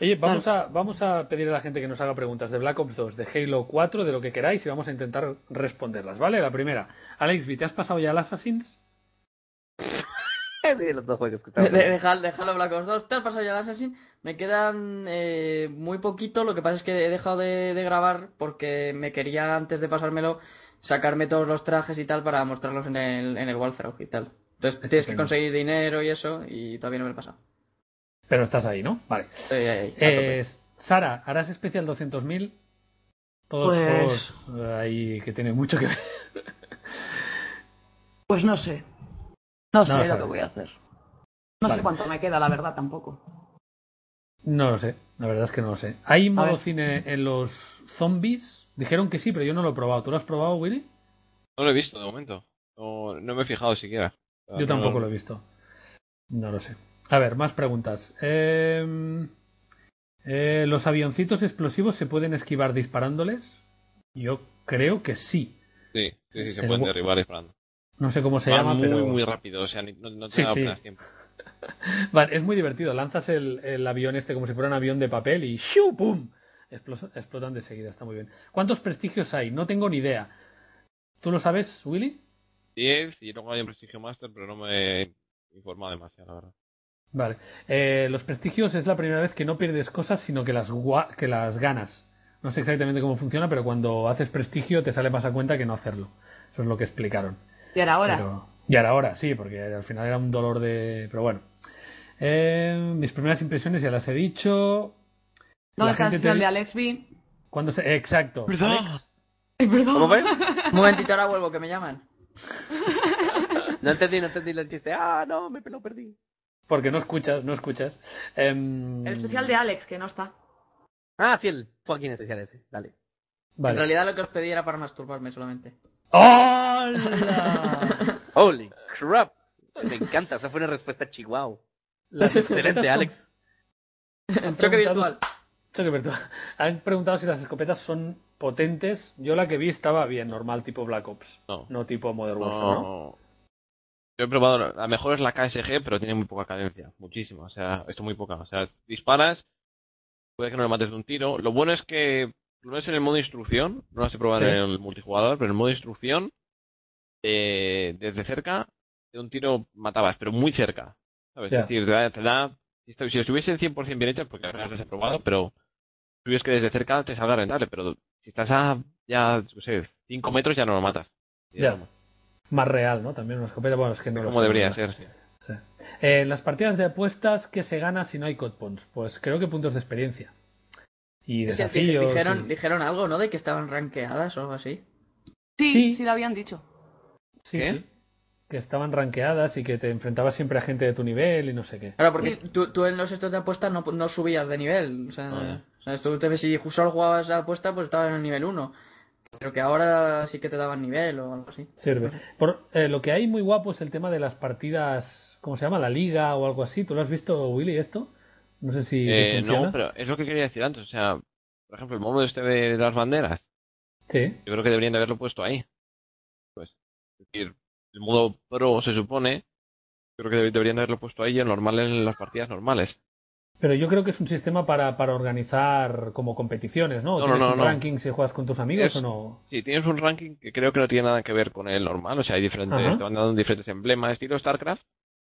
Oye, vamos a, vamos a pedir a la gente que nos haga preguntas de Black Ops 2, de Halo 4, de lo que queráis y vamos a intentar responderlas, ¿vale? La primera. Alex, ¿te has pasado ya al Assassin's? Es de Eh, los dos juegos que De- estamos de- hablando. Dejad, dejadlo Black Ops 2. Te has pasado ya el Assassin. Me quedan eh, muy poquito. Lo que pasa es que he dejado de, de grabar porque me quería, antes de pasármelo, sacarme todos los trajes y tal para mostrarlos en el, en el Walthrough y tal. Entonces tienes que Estupendo. conseguir dinero y eso, y todavía no me lo he pasado. Pero estás ahí, ¿no? Vale. Estoy ahí, a tope. Eh, Sara, ¿harás especial 200.000? Todos Pues- juegos eh, ahí que tienen mucho que ver. Pues no sé. No, lo sé lo sabes. que voy a hacer. No Vale. sé cuánto me queda, la verdad, tampoco. No lo sé, la verdad es que no lo sé. ¿Hay modo ver. cine en los zombies? Dijeron que sí, pero yo no lo he probado. ¿Tú lo has probado, Willy? No lo he visto de momento. No, no me he fijado siquiera. O Yo sea, Ah, no- tampoco lo he visto. No lo sé. A ver, más preguntas. Eh, eh, ¿Los avioncitos explosivos se pueden esquivar disparándoles? Yo creo que sí. Sí, sí, sí, se El pueden gu- derribar disparando. No sé cómo se Van llama, muy, pero muy rápido, o sea, ni- no, no te Sí, da sí. apenas tiempo. Vale, es muy divertido. Lanzas el, el avión este como si fuera un avión de papel y ¡shiu! ¡pum! Explos- explotan de seguida. Está muy bien. ¿Cuántos prestigios hay? No tengo ni idea. ¿Tú lo sabes, Willy? 10 y luego hay un prestigio master, pero no me he informado demasiado, la verdad. Vale. Eh, los prestigios es la primera vez que no pierdes cosas, sino que las, gua- que las ganas. No sé exactamente cómo funciona, pero cuando haces prestigio te sale más a cuenta que no hacerlo. Eso es lo que explicaron. Y ahora, Pero- y ahora, ahora, sí, porque al final era un dolor de... Pero bueno. Eh, mis primeras impresiones ya las he dicho. no La es gente canción te- de Alex B. Cuando se... Exacto. Alex, Ay, perdón. ¿Cómo ven? Un momentito, ahora vuelvo, que me llaman. No entendí, no entendí el chiste. Ah, no, me lo perdí. Porque no escuchas, no escuchas. Em, El especial de Alex, que no está. Ah, sí, el fucking especial ese. Dale. Vale. En realidad lo que os pedí era para masturbarme solamente. ¡Hola! Holy crap. Me encanta, esa fue una respuesta chihuahua. Las escopetas Excelente, son- Alex. han Choque preguntado- virtual. Choque virtual. Han preguntado si las escopetas son potentes. Yo la que vi estaba bien, normal, tipo Black Ops. No. No tipo Modern Warfare, ¿no? No. Yo he probado, la- la mejor es la KSG, pero tiene muy poca cadencia, muchísimo, o sea, esto muy poca, o sea, disparas, puede que no le mates de un tiro, lo bueno es que lo ves en el modo instrucción, no las he probado Sí. en el multijugador, pero en el modo instrucción, eh, desde cerca, de un tiro matabas, pero muy cerca. ¿sabes? Ya. Es decir, te da, te da- si estu- si estuviesen 100% bien hechas, porque ahora las he probado, pero tú ves que desde cerca te salga rentable, pero si estás a, ya, no sé, 5 metros ya no lo matas. Ya. Más real, ¿no? También una escopeta, bueno, es que no lo Como sé, debería ¿no? ser, sí. Sí. Eh, las partidas de apuestas que se gana si no hay codpons, pues creo que puntos de experiencia y Es que di- desafíos. dijeron, y- dijeron algo, ¿no? De que estaban rankeadas o algo así. Sí, Sí. sí, lo habían dicho. sí, ¿Qué? sí. que estaban rankeadas y que te enfrentabas siempre a gente de tu nivel y no sé qué. Claro, porque tú, tú en los estos de apuestas no, no subías de nivel. O sea, Ah, ¿sabes? tú te, si solo jugabas a apuesta, pues estabas en el nivel 1. Pero que ahora sí que te daban nivel o algo así. Sirve. Por, eh, lo que hay muy guapo es el tema de las partidas, ¿cómo se llama? La liga o algo así. ¿Tú lo has visto, Willy, esto? No sé si Eh, funciona. no, pero es lo que quería decir antes, o sea, por ejemplo, el modo este de las banderas, Sí, Yo creo que deberían de haberlo puesto ahí. Pues, es decir, el modo pro se supone. Creo que deb- deberían de haberlo puesto ahí y el normal en las partidas normales. pero yo creo que es un sistema para, para organizar como competiciones, ¿no? No, no, ¿Tienes no, un no. ranking si juegas con tus amigos Es- o no? Sí, tienes un ranking que creo que no tiene nada que ver con el normal. O sea, hay diferentes, Ajá. te van dando diferentes emblemas, estilo StarCraft,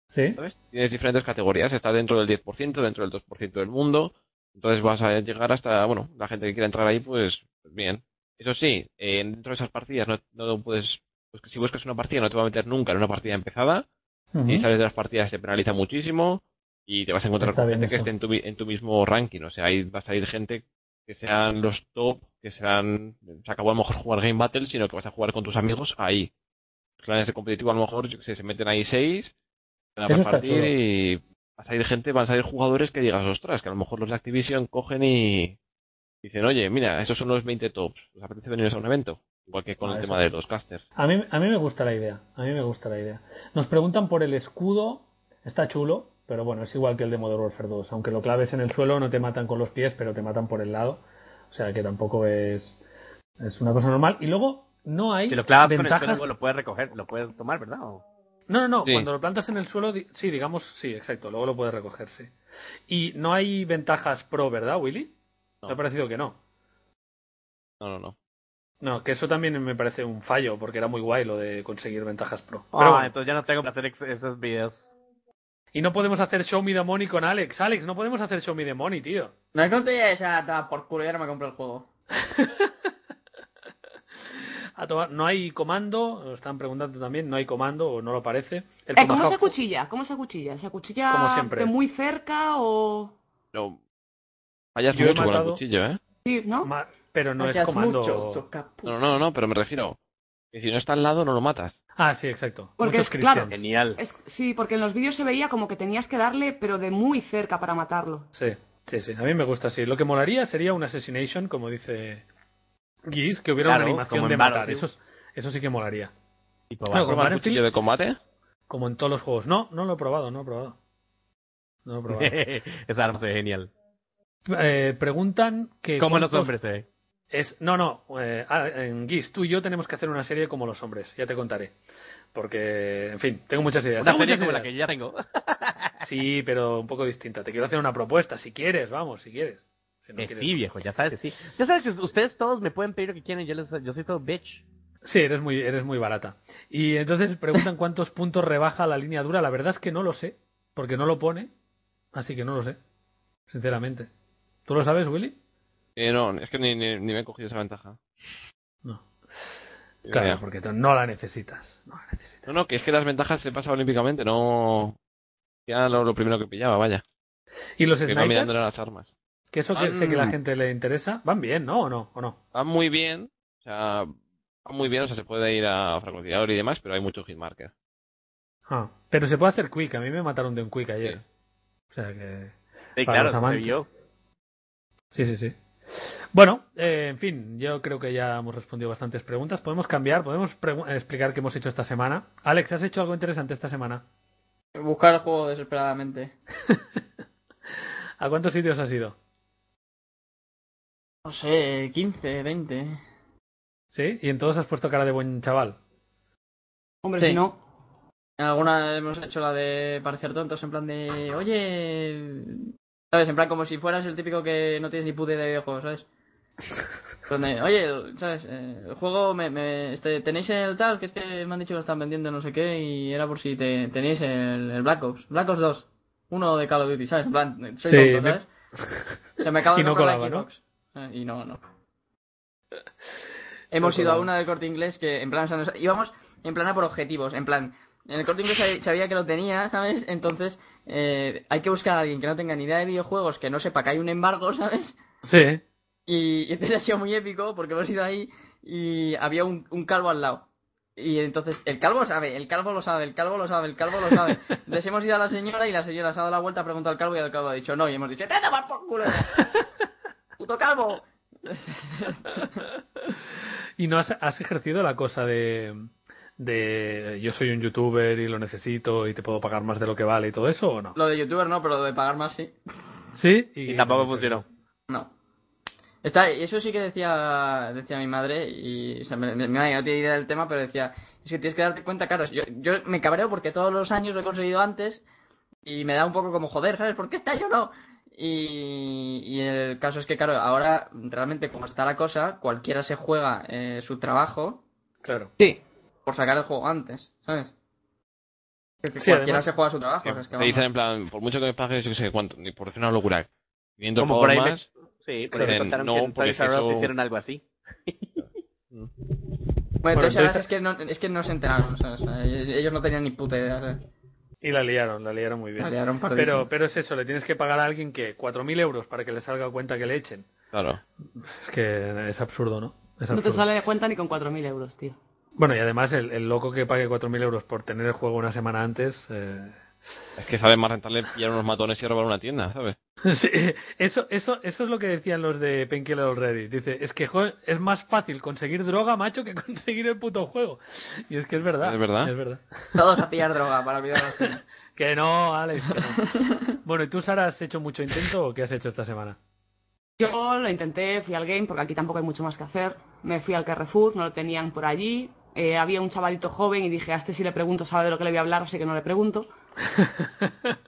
Sí, ¿sabes? Tienes diferentes categorías. Está dentro del 10%, dentro del 2% del mundo. Entonces vas a llegar hasta, bueno, la gente que quiera entrar ahí, pues bien. Eso sí, eh, dentro de esas partidas no, no puedes, pues, si buscas una partida no te va a meter nunca en una partida empezada. Ujú. y sales de las partidas te penaliza muchísimo y te vas a encontrar Está con bien gente que eso. esté en tu, mi- en tu mismo ranking. O sea, ahí va a salir gente que sean los top, que sean. Se acabó a lo mejor jugar Game Battle, sino que vas a jugar con tus amigos ahí. Los clanes de competitivo a lo mejor yo qué sé, se meten ahí seis, se van a Eso está repartir chulo. y va a salir gente, van a salir jugadores que digas, ostras, que a lo mejor los de Activision cogen y dicen, oye, mira, esos son los 20 tops, ¿os apetece venir a un evento? Igual que con Ah, el eso tema sí. de los casters. A mí, a mí me gusta la idea. A mí me gusta la idea. Nos preguntan por el escudo. Está chulo, pero bueno, es igual que el de Modern Warfare 2. Aunque lo claves en el suelo, no te matan con los pies, pero te matan por el lado. O sea que tampoco es, es una cosa normal. Y luego, no hay Si lo clavas con el ventajas. suelo, lo puedes recoger, lo puedes tomar, ¿verdad? O- No, no, no. Sí. Cuando lo plantas en el suelo, di- sí, digamos, sí, exacto. Luego lo puedes recoger, sí. Y no hay ventajas pro, ¿verdad, Willy? No. Me ha parecido que no. No, no, no. No, que eso también me parece un fallo, porque era muy guay lo de conseguir ventajas pro. Ah, Pero bueno. entonces ya no tengo que hacer ex- esos videos. Y no podemos hacer Show Me the Money con Alex. Alex, no podemos hacer Show Me the Money, tío. No encontré esa ta, por culo, ya no me compré el juego. A tomar- no hay comando, lo están preguntando también, no hay comando o no lo parece. El Eh, ¿Cómo Tomahawk- se acuchilla? ¿Cómo se acuchilla? ¿Se acuchilla Como siempre. de muy cerca o...? Pero fallas Yo he mucho con el matado- cuchillo, ¿eh? Sí, ¿no? Ma- Pero Pues no es Hacías comando. mucho, socapu- No, no, no, pero me refiero. Que si no está al lado, no lo matas. Ah, sí, exacto. Porque Muchos es- claro, Christians. Genial. Es- sí, porque en los vídeos se veía como que tenías que darle, pero de muy cerca para matarlo. Sí, sí, sí. A mí me gusta así. Lo que molaría sería un assassination, como dice Giz, que hubiera Claro, una animación como de en Battlefield. matar. Eso, es- eso sí que molaría. Tipo, Claro, va, con ¿Probar Battlefield- cuchillo de combate? Como en todos los juegos. No, no lo he probado, no lo he probado. No lo he probado. Esa arma se ve genial. Eh, preguntan que. Como los cuántos- hombres, eh. Es, no, no, eh, ah, en Guis, tú y yo tenemos que hacer una serie como los hombres, ya te contaré. Porque, en fin, tengo muchas ideas. Una Tengo serie muchas como la ideas. que ya tengo. Sí, pero un poco distinta. Te quiero hacer una propuesta, si quieres, vamos, si quieres. Si no Que quieres, Eh, sí, no. viejo, ya sabes que sí. Ya sabes que ustedes todos me pueden pedir lo que quieren, yo, les, yo soy todo bitch. Sí, eres muy, eres muy barata. Y entonces preguntan cuántos puntos rebaja la línea dura. La verdad es que no lo sé, porque no lo pone, así que no lo sé, sinceramente. ¿Tú lo sabes, Willy? Eh, no, es que ni, ni, ni me he cogido esa ventaja. No. Ni Claro, idea. porque tú no la necesitas. No la necesitas. No, no, que es que las ventajas se pasa olímpicamente, no. Ya lo, lo primero que pillaba, vaya. ¿Y los Que iba snipers? mirándole las armas. Que eso que Van- sé que la gente le interesa. Van bien, ¿no? ¿O no? ¿O no? Va muy bien, o sea, va muy bien, o sea, se puede ir a francotirador y demás, pero hay mucho hitmarker. Ah, pero se puede hacer quick. A mí me mataron de un quick ayer. O sea que... Sí, Para claro, los se amantes. vio. Sí, sí, sí. Bueno, eh, en fin, yo creo que ya hemos respondido bastantes preguntas. Podemos cambiar, podemos pregu- eh, explicar qué hemos hecho esta semana. Alex, ¿has hecho algo interesante esta semana? Buscar el juego desesperadamente. ¿A cuántos sitios has ido? No sé, 15, 20. ¿Sí? ¿Y en todos has puesto cara de buen chaval? Hombre, Sí. si no... Alguna hemos hecho la de parecer tontos, en plan de, oye, ¿sabes? En plan como si fueras el típico que no tienes ni puta idea de videojuegos, ¿sabes? Donde, oye, ¿sabes? Eh, el juego, me, me- este, ¿tenéis el tal? Que es que me han dicho que lo están vendiendo no sé qué y era por si te, tenéis el, el Black Ops. Black Ops 2. Uno de Call of Duty, ¿sabes? En plan, soy Sí, tonto, me- ¿sabes? Que me acabo de Y no comprar colaba, la ¿no? Xbox. Eh, y no, no. Hemos ido a una del corte inglés que, en plan, o sea, nos- íbamos en plan a por objetivos. En plan, en el corte inglés sab- sabía que lo tenía, ¿sabes? Entonces, eh, hay que buscar a alguien que no tenga ni idea de videojuegos, que no sepa que hay un embargo, ¿sabes? Sí. Y, y entonces ha sido muy épico porque hemos ido ahí y había un, un calvo al lado. Y entonces, el calvo sabe, el calvo lo sabe, el calvo lo sabe, el calvo lo sabe. Entonces hemos ido a la señora y la señora se ha dado la vuelta, ha preguntado al calvo y el calvo ha dicho no. Y hemos dicho, ¡te vas por culo! ¡Puto calvo! ¿Y no has, has ejercido la cosa de, de yo soy un youtuber y lo necesito y te puedo pagar más de lo que vale y todo eso o no? Lo de youtuber no, pero lo de pagar más sí. Sí. Y tampoco funcionó. No. Está, eso sí que decía, decía mi madre, y o sea, me- me- mi madre no tiene idea del tema, pero decía, es que tienes que darte cuenta, claro, yo, yo me cabreo porque todos los años lo he conseguido antes y me da un poco como joder, ¿sabes? ¿Por qué este año no? Y, y el caso es que, claro, ahora realmente como está la cosa, cualquiera se juega eh, su trabajo Claro. Sí. por sacar el juego antes, ¿sabes? Es que Sí, cualquiera además- se juega su trabajo. Que o sea, es que te dicen vamos. en plan, por mucho que me pagues, yo qué sé cuánto, ni por decir una locura. 500 Como pavos por ahí me- más. Sí, porque me Dicen, contaron no, que en porque Toys R Us eso- hicieron algo así. Bueno, Bueno, entonces, ahora entonces- es que no, es que no se enteraron, ¿sabes? O sea, ellos no tenían ni puta idea, ¿sabes? Y la liaron, la liaron muy bien. La liaron pardísima. pero, pero es eso, le tienes que pagar a alguien que 4.000 euros para que le salga a cuenta que le echen. Claro. Es que es absurdo, ¿no? Es No te absurdo. sale de cuenta ni con 4.000 euros, tío. Bueno, y además el, el loco que pague 4.000 euros por tener el juego una semana antes... eh, Es que sabe más rentable pillar unos matones y robar una tienda, ¿sabes? Sí, eso, eso, eso es lo que decían los de Painkiller Already. Dice, es que jo, es más fácil conseguir droga, macho, que conseguir el puto juego. Y es que es verdad. Es verdad. Es verdad. Todos a pillar droga para olvidar las penas. Que no, Alex. que no. Bueno, ¿y tú, Sara, has hecho mucho intento o qué has hecho esta semana? Yo lo intenté, fui al game porque aquí tampoco hay mucho más que hacer. Me fui al Carrefour, no lo tenían por allí. Eh, había un chavalito joven y dije, a este si le pregunto sabe de lo que le voy a hablar, así que no le pregunto.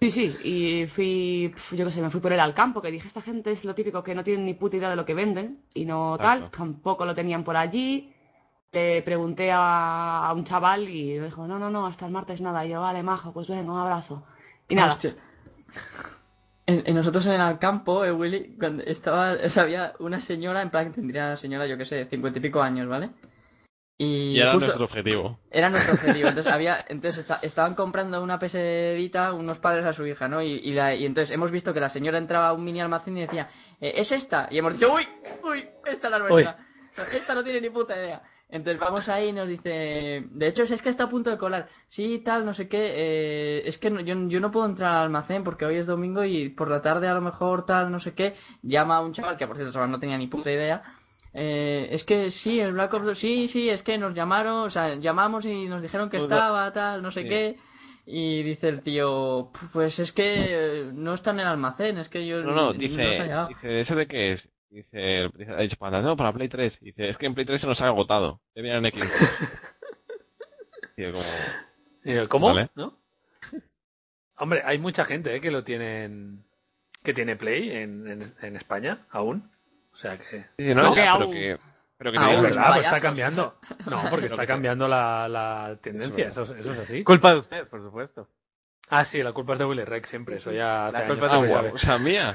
Sí, sí, y fui, pf, yo qué sé, me fui por él al campo, que dije, esta gente es lo típico que no tienen ni puta idea de lo que venden y no tal, Exacto. tampoco lo tenían por allí. Le pregunté a, a un chaval y me dijo, no, no, no, hasta el martes nada. Y yo, vale, majo, pues venga, un abrazo. Y nada, Hostia. En, en nosotros en el campo, eh, Willy, cuando estaba, o sea, había una señora, en plan que tendría la señora, yo qué sé, cincuenta y pico años, ¿vale? Y, Y era justo- nuestro objetivo. era nuestro objetivo. Entonces, había, entonces esta- estaban comprando una pesedita unos padres a su hija, ¿no? Y, y, la- y entonces hemos visto que la señora entraba a un mini almacén y decía, "Eh, ¿es esta? Y hemos dicho, uy, uy, esta es la nuestra. Esta no tiene ni puta idea. Entonces vamos ahí y nos dice, de hecho, es que está a punto de colar. Sí, tal, no sé qué. eh, es que no- yo, yo no puedo entrar al almacén porque hoy es domingo y por la tarde a lo mejor tal, no sé qué. Llama a un chaval, que por cierto, el chaval no tenía ni puta idea. Eh, es que sí, el Black Ops 2, sí, sí, es que nos llamaron, o sea, llamamos y nos dijeron que Pues va- estaba, tal, no sé Sí. qué. Y dice el tío, pues es que eh, no está en el almacén, es que yo No, no, nos ha dice, llegado". dice ¿eso de qué es? Dice, dice- ha dicho, para, no, para Play 3. Dice, es que en Play 3 se nos ha agotado. Ya viene en Xbox. Tío, como... Y yo, Eh, ¿Cómo? Vale. ¿No? Hombre, hay mucha gente eh, que lo tienen, que tiene Play en, en, en España aún. O sea que... Sí, no, No, ya, que pero aún- que... Pero que Ah, Aún, es digas, verdad, pues está payasos. cambiando. No, porque Lo está que sea. cambiando la, la tendencia, eso, es- eso es así. Culpa de ustedes, por supuesto. Ah, sí, la culpa es de Willy Rex siempre, eso ya hace La años culpa que Ah, es de se guau, sabe. o sea, mía.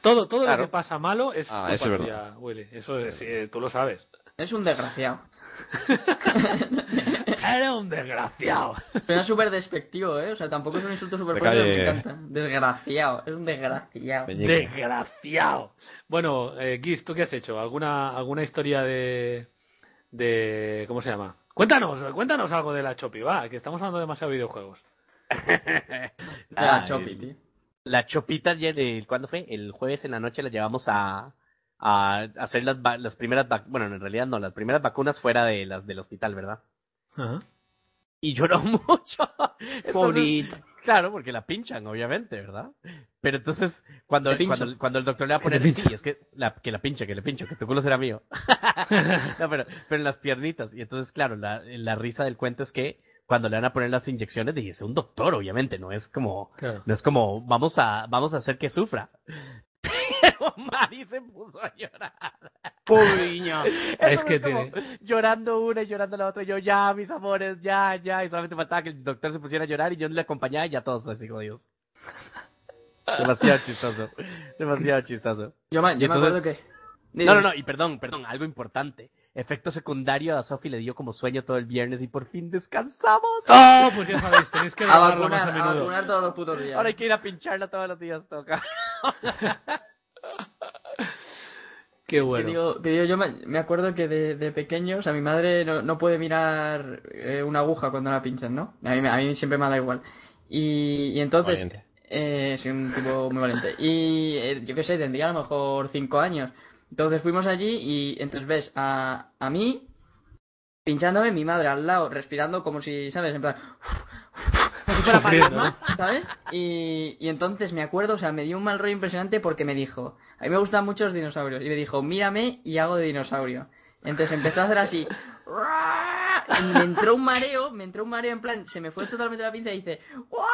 Todo, todo Claro. lo que pasa malo es Ah, culpa eso es verdad. tuya, Willy. Eso es- sí, eh, tú lo sabes. Es un desgraciado. Era un desgraciado. Pero es súper despectivo, ¿eh? O sea, tampoco es un insulto súper De fuerte, pero calle. me encanta. Desgraciado, es un desgraciado. Peñique. Desgraciado. Bueno, eh, Giz, ¿tú qué has hecho? ¿Alguna, alguna historia de, de... ¿Cómo se llama? Cuéntanos, cuéntanos algo de la Chopi, va, que estamos hablando demasiado de videojuegos. De la Ah, Chopi, el- tío. La chopita, ayer, eh, ¿cuándo fue? El jueves en la noche la llevamos a, a hacer las, va- las primeras vacunas. Bueno, en realidad no, las primeras vacunas fuera de las del hospital, ¿verdad? Ajá. Y lloró mucho. Entonces, Pobrit. Claro, porque la pinchan, obviamente, ¿verdad? Pero entonces, cuando, Te pinchan. cuando, cuando el doctor le va a Que te poner. Sí, pinchan. es que la, que la pinche, que le pincho, que tu culo será mío. no, pero, pero en las piernitas. Y entonces, claro, la, la risa del cuento es que cuando le van a poner las inyecciones, dije, es un doctor, obviamente, no es como. Claro. No es como, vamos a, vamos a hacer que sufra. Pero Mari se puso a llorar. Pobre niña. Eso que es como Llorando una y llorando la otra. y Yo, ya, mis amores, ya, ya. Y solamente faltaba que el doctor se pusiera a llorar y yo le acompañaba y ya todos así como Dios. Demasiado chistoso. Demasiado chistoso. Yo, me- yo me Entonces- acuerdo que. No, no, no. Y perdón, perdón. Algo importante. Efecto secundario a Sophie le dio como sueño todo el viernes y por fin descansamos. ¡Oh! Pues ya sabéis, tenéis que A grabarlo más vacunar, a a menudo. vacunar todos los putos días. Ahora hay que ir a pincharla todos los días, toca. Qué Que bueno. digo- que digo, yo me, me acuerdo que de, de pequeños a mi madre no, no puede mirar eh, una aguja cuando la pinchan, ¿no? A mí, me- a mí siempre me da igual. Y, y entonces... Valiente. eh, soy un tipo muy valiente. Y eh, yo qué sé, tendría a lo mejor cinco años. Entonces fuimos allí y entonces ves a, a mí pinchándome, mi madre al lado, respirando como si, ¿sabes? En plan... como si fuera Sufriendo, Paloma, ¿sabes? Y, y entonces me acuerdo, o sea, me dio un mal rollo impresionante porque me dijo, a mí me gustan mucho los dinosaurios, y me dijo, mírame y hago de dinosaurio. Entonces empezó a hacer así, y me entró un mareo, me entró un mareo en plan, se me fue totalmente la pinza y dice, ¡guau!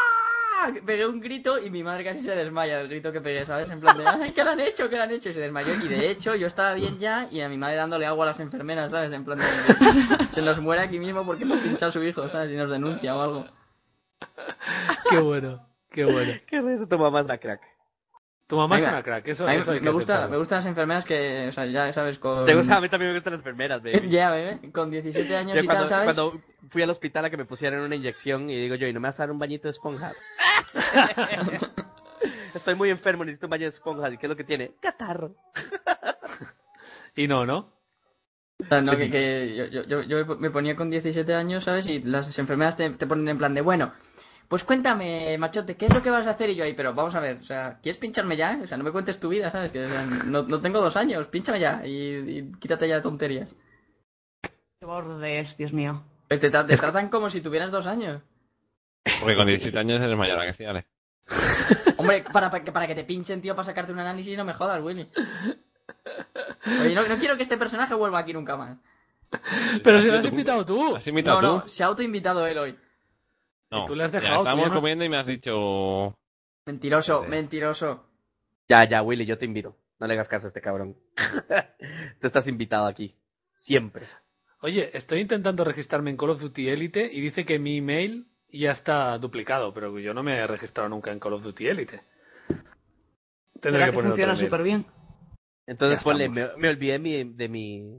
Pegué un grito y mi madre casi se desmaya del grito que pegué, ¿sabes? En plan de, ¡ay, qué le han hecho, qué le han hecho! Y se desmayó y de hecho yo estaba bien ya y a mi madre dándole agua a las enfermeras, ¿sabes? En plan de, se nos muere aquí mismo porque hemos pinchado a su hijo, ¿sabes? Y nos denuncia o algo. Qué bueno. Qué bueno. Qué risa tu mamá es la crack. Tu mamá es Venga. una crack. Eso, A mí eso hay que me, gusta, aceptarlo. me gustan las enfermeras que, o sea, ya sabes, con... Te gusta, a mí también me gustan las enfermeras, baby. Ya, bebé, con 17 años Yo y cuando, tal, ¿sabes? cuando fui al hospital a que me pusieran una inyección y digo yo, ¿y no me vas a dar un bañito de esponja? Estoy muy enfermo, necesito un baño de esponja. ¿Y qué es lo que tiene? Catarro. Y no, ¿no? O sea, no, que, que yo, yo- yo, yo me ponía con 17 años, ¿sabes? Y las enfermeras te, te ponen en plan de, bueno, pues cuéntame, machote, ¿qué es lo que vas a hacer? Y yo ahí, pero vamos a ver, o sea, ¿quieres pincharme ya? O sea, no me cuentes tu vida, ¿sabes? Que o sea, no, no tengo dos años, pinchame ya y, y quítate ya de tonterías. Qué bordes, Dios mío. Pues te, tra- te tratan como si tuvieras dos años. Porque con 17 años eres mayor, ¿a que sí, Ale? Hombre, para, para, que- para que te pinchen, tío, para sacarte un análisis, no me jodas, Willy. Oye, no, no quiero que este personaje vuelva aquí nunca más. Pero si lo ¿Has sido has tú? invitado tú. ¿Has invitado No, no, tú? se ha autoinvitado él hoy. No. tú le has Ya, dejado, tú estábamos ya no- comiendo y me has dicho... Mentiroso, Sí. mentiroso. Ya, ya, Willy, yo te invito. No le hagas caso a este cabrón. Tú estás invitado aquí. Siempre. Oye, estoy intentando registrarme en Call of Duty Elite y dice que mi email ya está duplicado, pero yo no me he registrado nunca en Call of Duty Elite. Tendré Será que que poner otro funciona email. súper bien. Entonces, Ya ponle, me, estamos. me olvidé mi- de mi...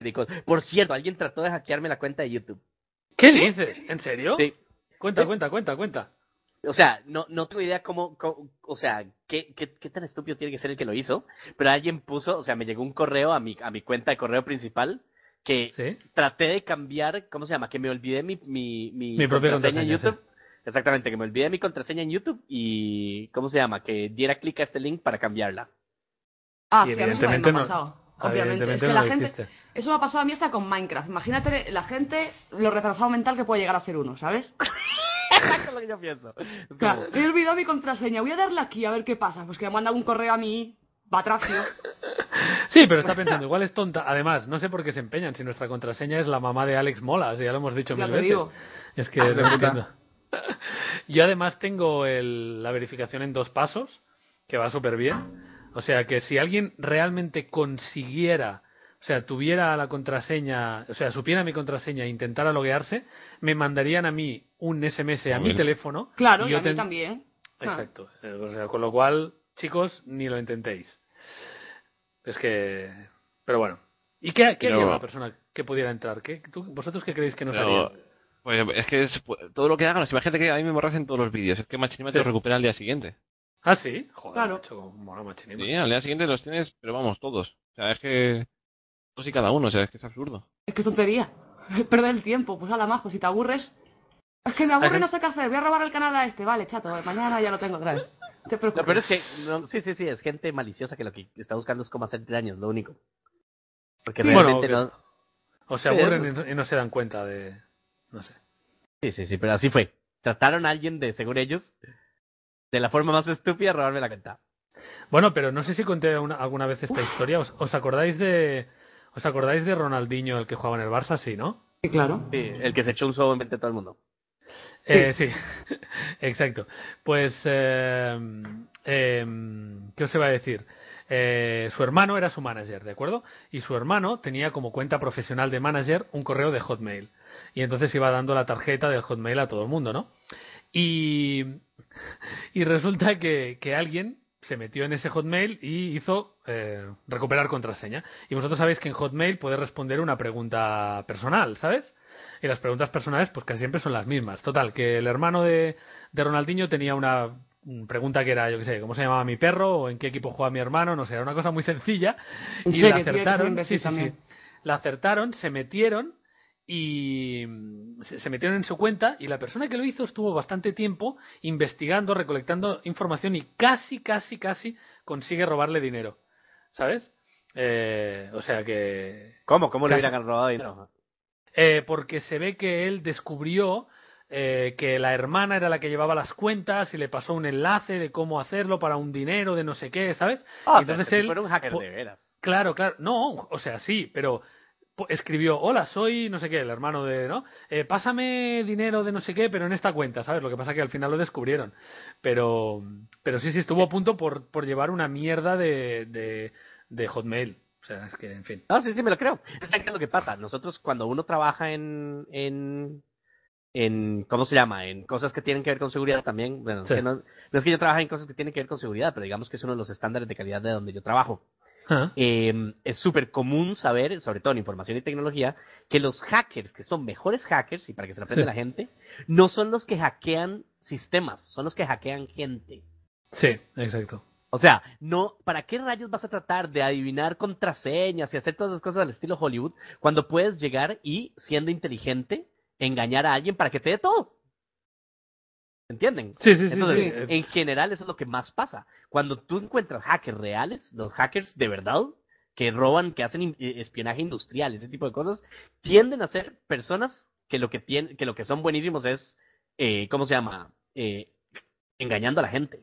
mi cosa. Por cierto, alguien trató de hackearme la cuenta de YouTube. ¿Qué dices? ¿En serio? Sí. Cuenta, cuenta, cuenta, cuenta. O sea, no, no tengo idea cómo, cómo- o sea, qué, qué, qué tan estúpido tiene que ser el que lo hizo, pero alguien puso, o sea, me llegó un correo a mi, a mi cuenta de correo principal que Sí. traté de cambiar, ¿cómo se llama? Que me olvidé mi, mi, mi, Mi propia en contraseña, YouTube. Exactamente, que me olvidé mi contraseña en YouTube y, ¿cómo se llama? Que diera clic a este link para cambiarla. Ah, Y sí, a mí eso también evidentemente me ha no- Ah, pasado. Obviamente, es Evidentemente que no la lo gente, hiciste. Eso me ha pasado a mí hasta con Minecraft. Imagínate la gente, lo retrasado mental que puede llegar a ser uno, ¿sabes? Exacto lo que yo pienso. Es como, Claro, he olvidado mi contraseña, voy a darle aquí a ver qué pasa. Pues que me manda un correo a mí, batracio. Sí, pero está pensando, igual es tonta. Además, no sé por qué se empeñan si nuestra contraseña es la mamá de Alex Mola, si ya lo hemos dicho Ya mil te veces. digo. Es que Ah, no de puta. entiendo. Yo además tengo el- la verificación en dos pasos, que va súper bien. O sea que si alguien realmente consiguiera, o sea, tuviera la contraseña, o sea, supiera mi contraseña e intentara loguearse, me mandarían a mí un SMS a mi Joder. teléfono. Claro, y, yo a mí ten- también. Ah. Exacto. Eh, o sea, con lo cual, chicos, ni lo intentéis. Es que. Pero bueno. ¿Y qué, qué Pero- haría una persona que pudiera entrar? ¿Qué, tú- ¿Vosotros qué creéis que nos Pero- haría? Pues es que es- todo lo que hagan, imagínate que a mí me borrasen todos los vídeos, es que Machinima Sí. te recupera al día siguiente. Ah, sí. Joder, Claro. macho, como mola Machinima. Sí, al día siguiente los tienes, pero vamos, todos. O sea, es que... Todos y cada uno, o sea, es que es absurdo. Es que es tontería. Perder el tiempo. Pues a la majo, si te aburres. Es que me aburre, Ajá. no sé qué hacer. Voy a robar el canal a este. Vale, chato, mañana ya lo tengo otra vez. Te preocupes. lo peor es que, no, sí, sí, sí, es gente maliciosa que lo que está buscando es cómo hacer daño, es lo único. Porque Sí, bueno, realmente que- no... O se Sí, aburren y no- y no se dan cuenta de. No sé. Sí, sí, sí, pero así fue. Trataron a alguien de, según ellos, de la forma más estúpida, de robarme la cuenta. Bueno, pero no sé si conté una- alguna vez esta historia. ¿Os, os acordáis de. ¿Os acordáis de Ronaldinho, el que jugaba en el Barça? Sí, ¿no? Sí, claro. Sí, el que se echó un sobo en frente a todo el mundo. Eh, sí, exacto. Pues, eh, eh, em, ¿qué os iba a decir? eh, su hermano era su manager, ¿de acuerdo? Y su hermano tenía como cuenta profesional de manager un correo de Hotmail. Y entonces iba dando la tarjeta de Hotmail a todo el mundo, ¿no? Y, y resulta que, que alguien se metió en ese Hotmail y hizo eh, recuperar contraseña. Y vosotros sabéis que en Hotmail podéis responder una pregunta personal, ¿sabes? Y las preguntas personales, pues casi siempre son las mismas. Total, que el hermano de, de Ronaldinho tenía una pregunta que era, yo qué sé, ¿cómo se llamaba mi perro? ¿O en qué equipo juega mi hermano? No sé, era una cosa muy sencilla. En Y serio, la tío, que soy acertaron. imbécil sí, sí, también. sí. La acertaron, se metieron y mm, se se metieron en su cuenta y la persona que lo hizo estuvo bastante tiempo investigando, recolectando información y casi, casi, casi consigue robarle dinero. ¿Sabes? Eh, o sea que ¿Cómo? ¿Cómo le Casi. hubieran robado dinero? eh, porque se ve que él descubrió eh, que la hermana era la que llevaba las cuentas y le pasó un enlace de cómo hacerlo para un dinero de no sé qué, ¿sabes? Ah, Y entonces o sea, él- fuera un hacker po- de veras. Claro, claro. No, o sea, sí, pero po- escribió, hola, soy no sé qué, el hermano de, ¿no? Eh, pásame dinero de no sé qué, pero en esta cuenta, ¿sabes? Lo que pasa que al final lo descubrieron. Pero, pero sí, sí, estuvo a punto por, por llevar una mierda de, de, de Hotmail. O sea, es que, en fin. No, Ah, sí, sí, me lo creo. Es exactamente lo que pasa. Nosotros, cuando uno trabaja en, en, en, ¿cómo se llama? En cosas que tienen que ver con seguridad también. Bueno, Sí. es que no, no es que yo trabaje en cosas que tienen que ver con seguridad, pero digamos que es uno de los estándares de calidad de donde yo trabajo. Ah, Eh, es súper común saber, sobre todo en información y tecnología, que los hackers, que son mejores hackers, y para que se lo aprenda Sí. la gente, no son los que hackean sistemas, son los que hackean gente. Sí, exacto. O sea, no, ¿para qué rayos vas a tratar de adivinar contraseñas y hacer todas esas cosas al estilo Hollywood cuando puedes llegar y, siendo inteligente, engañar a alguien para que te dé todo? ¿Entienden? Sí, sí, sí. Entonces, eh, sí. en general eso es lo que más pasa. Cuando tú encuentras hackers reales, los hackers de verdad, que roban, que hacen in- eh, espionaje industrial, ese tipo de cosas, tienden a ser personas que lo que, tienen, que, lo que son buenísimos es, eh, ¿cómo se llama? Eh, engañando a la gente.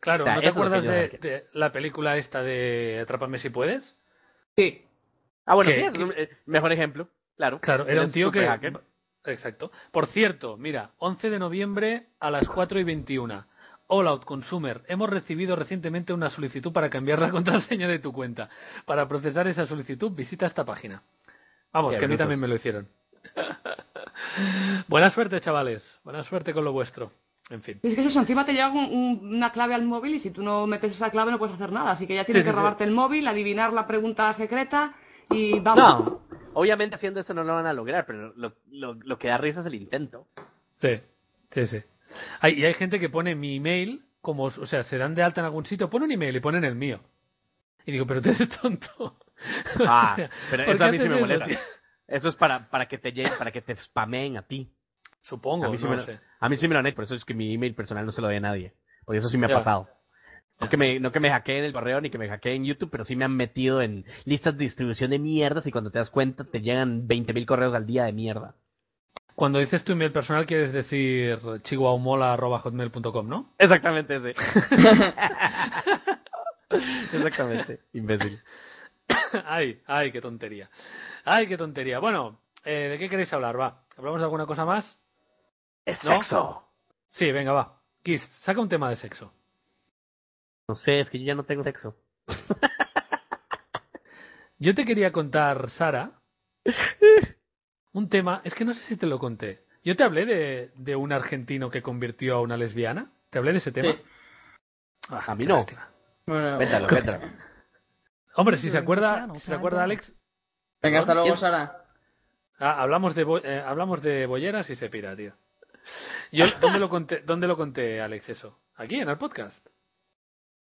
Claro, O sea, ¿no te eso es lo que acuerdas yo de, haría. de la película esta de Atrápame si puedes? Sí. Ah, bueno, Que- sí, es un eh, mejor ejemplo, claro. Claro, era Eres un tío que... superhacker. Exacto. Por cierto, mira, 11 de noviembre a las 4 y 21. All Out Consumer, hemos recibido recientemente una solicitud para cambiar la contraseña de tu cuenta. Para procesar esa solicitud, visita esta página. Vamos, Qué que a mí brutos. también me lo hicieron. Buena suerte, chavales. Buena suerte con lo vuestro. En fin. Y es que es eso, encima te llega un- un- una clave al móvil y si tú no metes esa clave no puedes hacer nada. Así que ya tienes Sí, sí, que sí. robarte el móvil, adivinar la pregunta secreta y vamos. No, obviamente haciendo eso no lo van a lograr, pero lo, lo- lo que da risa es el intento. Sí, sí, sí. Hay, y hay gente que pone mi email como, o sea, se dan de alta en algún sitio, ponen un email y ponen el mío. Y digo, pero tú eres tonto. Ah, O sea, pero ¿por eso qué a mí sí haces me eso, molesta. tío? Eso es para, para que te llegue- para que te spameen a ti. Supongo, A mí sí no me lo lo, sé. a mí sí me lo han hecho, por eso es que mi email personal no se lo dé a nadie. Por eso sí me ha Ya. pasado. No que, me, no que me hackeen el correo ni que me hackeen YouTube, pero sí me han metido en listas de distribución de mierdas y cuando te das cuenta te llegan 20.000 correos al día de mierda. Cuando dices tu email personal quieres decir chihuahumola.hotmail.com, ¿no? Exactamente ese. Exactamente, imbécil. ay, ay, qué tontería. Ay, qué tontería. Bueno, eh, ¿de qué queréis hablar? Va, ¿hablamos de alguna cosa más? Es ¿No? Sí, venga, va. Kiss, saca un tema de sexo. No sé, es que yo ya no tengo sexo. Yo te quería contar, Sara, un tema, es que no sé si te lo conté. Yo te hablé de, de un argentino que convirtió a una lesbiana. ¿Te hablé de ese tema? Sí. Ah, A mí qué no. lástima. Bueno, Cuéntalo, cuéntalo. Hombre, si se acuerda, si se acuerda Alex, venga, hasta luego, ¿Quién? Sara. Ah, hablamos de bo- eh, hablamos de bolleras y se pira, tío. Yo, ¿dónde, lo conté, ¿Dónde lo conté, Alex, eso? Aquí, en el podcast.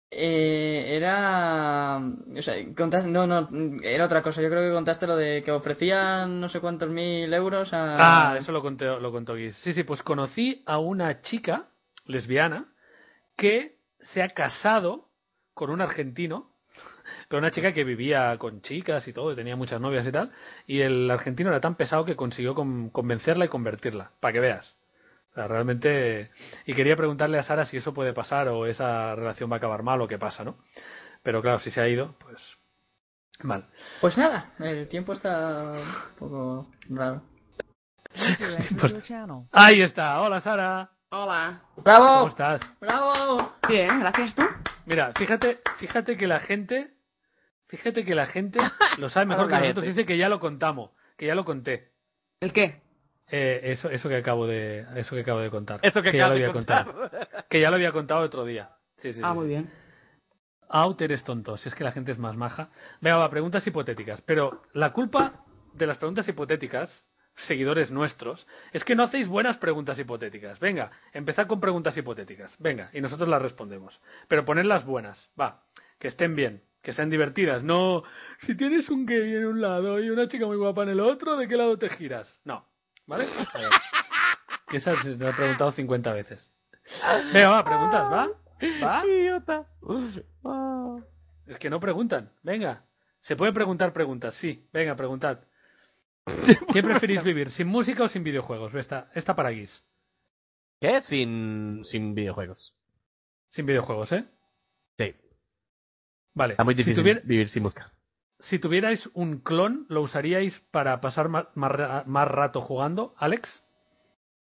Eh, era. O sea, contaste. No, no, era otra cosa. Yo creo que contaste lo de que ofrecían no sé cuántos mil euros a. Ah, eso lo conté, lo contó Guis. Sí, sí, pues conocí a una chica lesbiana que se ha casado con un argentino, pero una chica que vivía con chicas y todo, y tenía muchas novias y tal, y el argentino era tan pesado que consiguió con- convencerla y convertirla, para que veas. O sea, realmente. Y quería preguntarle a Sara si eso puede pasar o esa relación va a acabar mal o qué pasa, ¿no? Pero claro, si se ha ido, pues. Mal. Pues nada, el tiempo está un poco raro. Pues- Ahí está. Hola, Sara. Hola. ¿Cómo ¡Bravo! estás? ¡Bravo! Bien, gracias tú. Mira, fíjate, fíjate que la gente, fíjate que la gente lo sabe mejor que La nosotros. gente. Dice que ya lo contamos, que ya lo conté. ¿El qué? Eh, eso, eso que acabo de, eso que acabo de contar. Eso que, ya acabas lo de había contado. contar. Que ya lo había contado otro día. Sí, sí, Ah, sí, muy sí. bien. Out eres tonto, si es que la gente es más maja. Venga, va, preguntas hipotéticas. Pero la culpa de las preguntas hipotéticas, seguidores nuestros, es que no hacéis buenas preguntas hipotéticas. Venga, empezad con preguntas hipotéticas. Venga, y nosotros las respondemos. Pero ponedlas buenas, va, que estén bien, que sean divertidas. No, si tienes un gay en un lado y una chica muy guapa en el otro, ¿de qué lado te giras? No, ¿vale? A ver. Que esa se te ha preguntado 50 veces. Venga, va, preguntas, va. ¿Va? Idiota. Ah. Es que no preguntan. Venga. Se puede preguntar preguntas, sí. Venga, preguntad. ¿Qué preferís vivir? ¿Sin música o sin videojuegos? Esta, esta para Guis. ¿Qué? Sin, sin videojuegos. Sin videojuegos, ¿eh? Sí. Vale. Está muy difícil Si, tuvier- vivir sin música. si tuvierais un clon, ¿lo usaríais para pasar ma- ma- ra- más, rato jugando, Alex?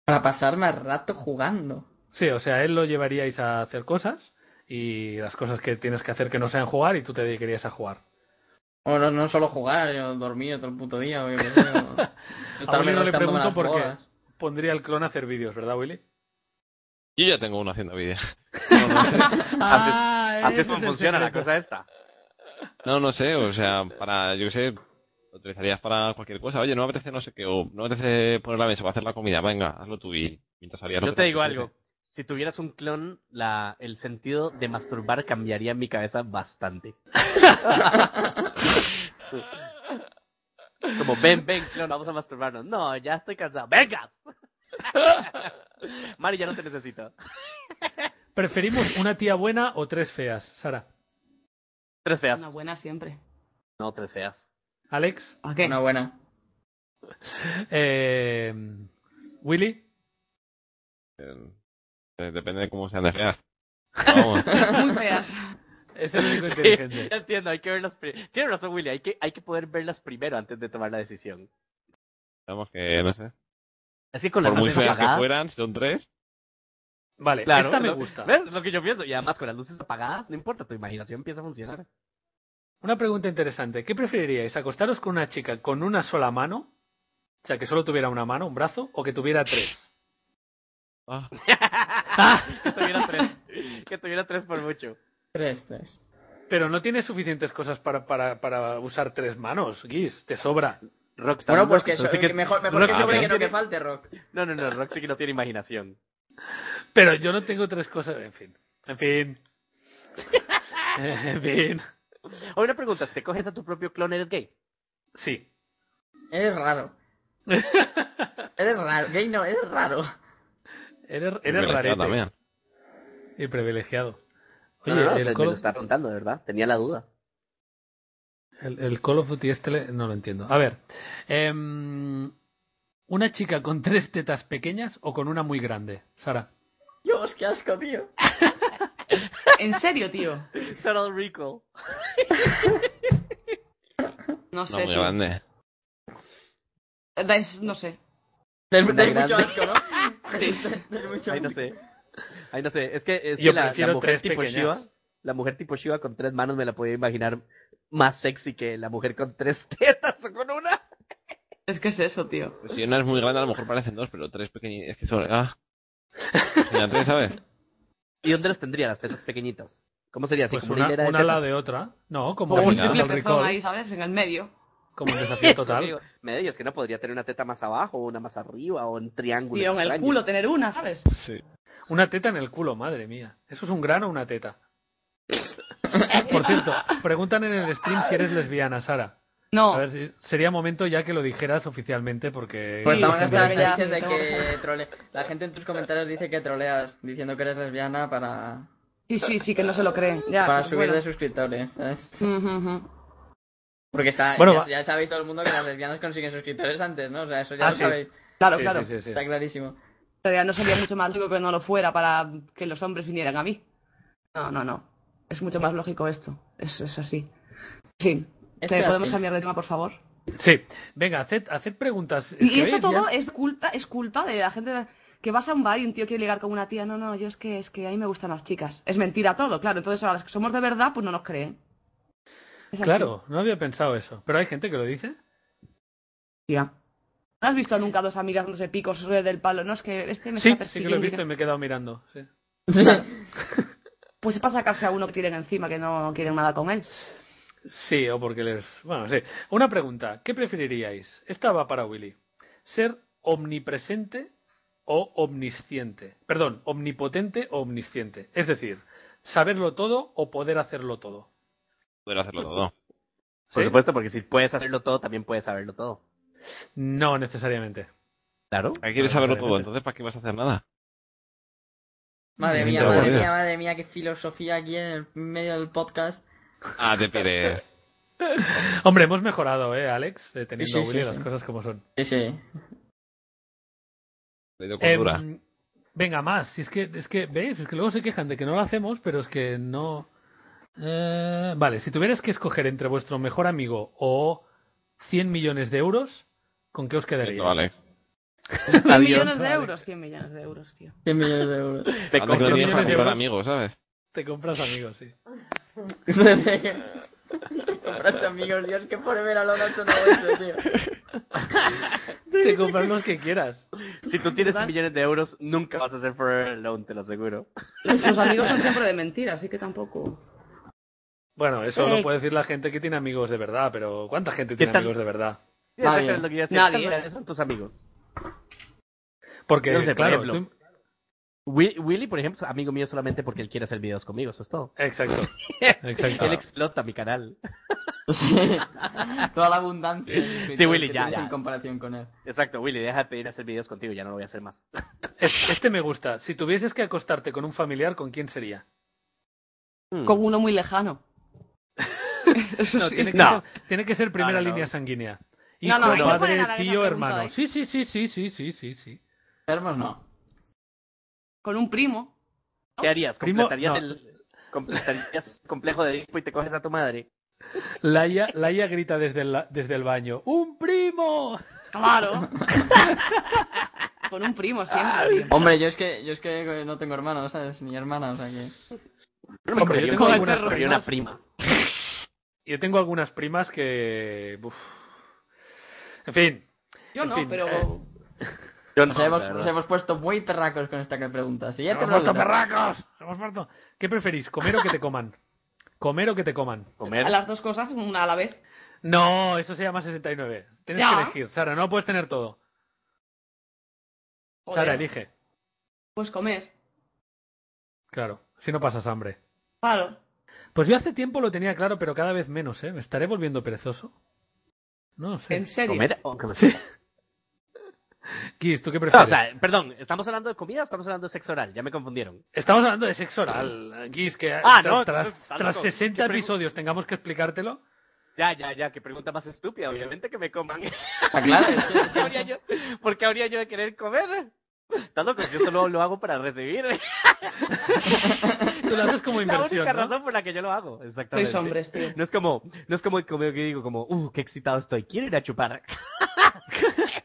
Para pasar más rato jugando. Sí, o sea, él lo llevaríais a hacer cosas y las cosas que tienes que hacer que no sean jugar y tú te dedicarías a jugar. O no, no solo jugar, yo dormir todo el puto día. O yo qué sé, o A Willy estarme no le rascándome pregunto las por qué bolas. pondría el clon a hacer vídeos, ¿verdad, Willy? Yo ya tengo una haciendo vídeo. Ah, Así ese es como el funciona la secreto. cosa esta. No, no sé, o sea, para, yo qué sé, lo utilizarías para cualquier cosa. Oye, no me apetece no sé qué, o no me apetece poner la mesa para hacer la comida, venga, hazlo tú y mientras harías lo Yo que te digo apetece. algo. Si tuvieras un clon, la, el sentido de masturbar cambiaría en mi cabeza bastante. Como, ven, ven, clon, vamos a masturbarnos. No, ya estoy cansado. ¡Venga! Mari, ya no te necesito. ¿Preferimos una tía buena o tres feas, Sara? Tres feas. Una buena siempre. No, tres feas. Alex, ¿A qué? Una buena. eh, Willy. Eh, Depende de cómo sean de feas. Vamos. Muy feas. Es el único Sí, inteligente. ya entiendo, hay que verlas. pri- Tiene razón, Willy, hay que, hay que poder verlas primero antes de tomar la decisión. Digamos que, no sé. Así que con las Por muy luces feas que apagadas. fueran, si son tres. Vale, Claro, esta me ¿no? gusta. ¿Ves? Lo que yo pienso. Y además con las luces apagadas, no importa, tu imaginación empieza a funcionar. Una pregunta interesante. ¿Qué preferiríais? ¿Acostaros con una chica con una sola mano? O sea, que solo tuviera una mano, un brazo, o que tuviera tres. Ah, que tuviera tres. Que tuviera tres por mucho. Tres, tres. Pero no tienes suficientes cosas para, para, para usar tres manos, Guis. Te sobra. Rockstar. Bueno, pues Rock- que, so- Rock sí que mejor, mejor Rock que sí sobre que no no que tiene- falte, Rock. No, no, no, Rock sí que no tiene imaginación. Pero yo no tengo tres cosas. En fin. En fin. en fin. Oye, una pregunta, si te coges a tu propio clon, ¿eres gay? Sí. Eres raro. Eres raro. Gay no, eres raro. Eres, eres privilegiado rarete también. y privilegiado. No, Oye, no, no, el, se- me Call lo of, está preguntando, de verdad. Tenía la duda. el- el Call of Duty este le- no lo entiendo. A ver, em, ¿una chica con tres tetas pequeñas o con una muy grande? Sara. Dios, qué asco, tío. ¿En serio, tío? Total Recall. No No sé. muy tío. grande. Da- es- no sé. Del, Una del mucho grande. asco, ¿no? Del- del mucho Ahí no asco. sé. Ahí no sé. Es que, es Yo que la, prefiero la mujer tres tipo pequeñas. Shiva, la mujer tipo Shiva con tres manos me la podía imaginar más sexy que la mujer con tres tetas o con una. Es que es eso, tío. Pues si una es muy grande, a lo mejor parecen dos, pero tres pequeñitas. Es que son. Ah. Imagínate, ¿sabes? ¿Y dónde las tendría las tetas pequeñitas? ¿Cómo sería así? Pues como una, una, hilera de una al tetas? lado de otra. No, como Como en un Venga. Total triple pezón Recall, ahí, ¿sabes? En el medio. como un desafío Digo, total. Me digas que no podría tener una teta más abajo, una más arriba, o un triángulo. Tío, en el extraño. culo tener una, ¿sabes? Sí. Una teta en el culo, madre mía. ¿Eso es un grano o una teta? Por cierto, preguntan en el stream si eres lesbiana, Sara. No. A ver, si- sería momento ya que lo dijeras oficialmente porque... Pues Sí, estamos sí, hasta sí, las sí, leches de sí, que trole... La gente en tus comentarios dice que troleas diciendo que eres lesbiana para, Sí, sí, sí, que no se lo creen. Ya, para pues, subir de bueno. suscriptores, ¿sabes? Ujú, ujú. Porque está, Bueno, va. ya, ya sabéis todo el mundo que las lesbianas consiguen suscriptores antes, ¿no? O sea, eso ya Ah, lo sí. sabéis. Claro, Sí, claro. sí, sí, sí. Está clarísimo. En realidad no sería mucho más lógico que no lo fuera para que los hombres vinieran a mí. No, no, no. Es mucho más lógico esto. Es, es así. Sí. Es ¿Te así. podemos cambiar de tema, por favor? Sí, venga, haced, haced preguntas. Es y que esto veis, ya- todo es culpa es culpa de la gente que vas a un bar y un tío quiere ligar con una tía. No, no, yo es que, es que a mí me gustan las chicas. Es mentira todo, claro. Entonces ahora las que somos de verdad, pues no nos creen. Es así. Claro, no había pensado eso. Pero hay gente que lo dice. Tía. ¿No has visto nunca dos amigas, no sé, picos sobre del palo? No, es que este me Sí, está sí que lo he persiguiendo. visto y me he quedado mirando. sí. Pues es para sacarse a uno que tienen encima, que no quieren nada con él. Sí, o porque les. Bueno, sí. Una pregunta. ¿Qué preferiríais? Esta va para Willy. ¿Ser omnipresente o omnisciente? Perdón, omnipotente o omnisciente. Es decir, saberlo todo o poder hacerlo todo. Poder hacerlo todo. Por ¿Sí? supuesto, porque si puedes hacerlo todo, también puedes saberlo todo. No necesariamente. Claro. Aquí quieres saberlo todo, entonces ¿para qué vas a hacer nada? Madre mía, Mientras madre volvía. mía, madre mía, qué filosofía aquí en el medio del podcast. Ah, te pide. Hombre, hemos mejorado, ¿eh, Alex? Eh, Teniendo Sí, sí, a Willy sí, las sí. cosas como son. Sí, sí. Te doy cultura. Em, venga, más. Si es que, es que, ¿veis? Es que luego se quejan de que no lo hacemos, pero es que no. Eh, vale, si tuvieras que escoger entre vuestro mejor amigo o 100 millones de euros, ¿con qué os quedaríais? Esto vale. 100 millones de vale. euros, 100 millones de euros, tío. 100 millones de euros. Te Anda, que compro Ah, no cien tienes para millones de comprar euros. amigos, ¿sabes? Te compras amigos, sí. Compras amigos, Dios, que por ver a los ocho no vuelto, tío. Te compras los que quieras. Si tú tienes ¿Verdad? millones de euros, nunca vas a ser Forever Alone, te lo aseguro. Los amigos son siempre de mentira, así que tampoco. Bueno, eso Eh. lo puede decir la gente que tiene amigos de verdad, pero ¿cuánta gente ¿Qué tiene tal? amigos de verdad? Sí, Nadie. exacto, es lo que iba a decir. Nadie. Estas realidades son tus amigos. Porque, No sé, por claro, ejemplo. tú- Wi- Willy, por ejemplo, es amigo mío solamente porque él quiere hacer videos conmigo, eso es todo. exacto. Él Exacto. explota mi canal. Sí. Toda la abundancia. en Twitter Sí, Willy, que ya, tienes ya. En comparación con él. Exacto, Willy, déjate ir a hacer videos contigo, ya no lo voy a hacer más. Es- Este me gusta. Si tuvieses que acostarte con un familiar, ¿con quién sería? Mm. Hmm. Con uno muy lejano. Eso No, sí. tiene, que No. Ser, tiene que ser primera No, no, no. línea sanguínea. Hijo, No, no, hay que poner padre, a la misma tío, pregunta, hermano. ¿eh? Sí, sí, sí, sí, sí, sí, sí, sí. Hermos no. Con un primo. ¿Qué harías? Primo, ¿Completarías no. el completarías complejo de Edipo y te coges a tu madre? Laia, Laia grita desde el, la- desde el baño. ¡Un primo! Claro. Con un primo siempre. tío. Hombre, yo es que, yo es que no tengo hermanos, ¿sabes? Ni hermana, o sea que. Yo no me Hombre, cogería yo un tengo primo, algunas me cogería una primas. prima. Yo tengo algunas primas que... uf. En fin. Yo en no, fin, pero. eh, Yo no, Nos hemos, la verdad. nos hemos puesto muy terracos con esta pregunta. Siguiente ¡Hemos muerto pregunta. perracos! ¡Hemos muerto! ¿Qué preferís? ¿Comer o que te coman? ¿Comer o que te coman? Comer. A las dos cosas, una a la vez. No, eso se llama 69. Tienes Ya. que elegir, Sara. No puedes tener todo. Joder, Sara, elige. Pues comer. Claro, si no pasas hambre. Claro. Pues yo hace tiempo lo tenía claro, pero cada vez menos, ¿eh? ¿Me estaré volviendo perezoso? No lo sé. En serio. Comer, o que me- Kiss, ¿tú qué No, prefieres? o sea, perdón, ¿estamos hablando de comida o estamos hablando de sexo oral? Ya me confundieron. Estamos hablando de sexo oral, Kiss, que Ah, tra- no, tras, estás tras loco. 60 ¿Qué pregun- episodios tengamos que explicártelo. Ya, ya, ya, qué pregunta más estúpida, obviamente que me coman. Ah, claro, es que- ¿Por qué habría yo, por qué habría yo de querer comer? Estás loco, yo solo lo hago para recibir. Tú lo haces como la inversión, única ¿no? razón por la que yo lo hago, exactamente. Sois hombres, tío. No es como, no es como, como que digo como, uh, qué excitado estoy, quiero ir a chupar.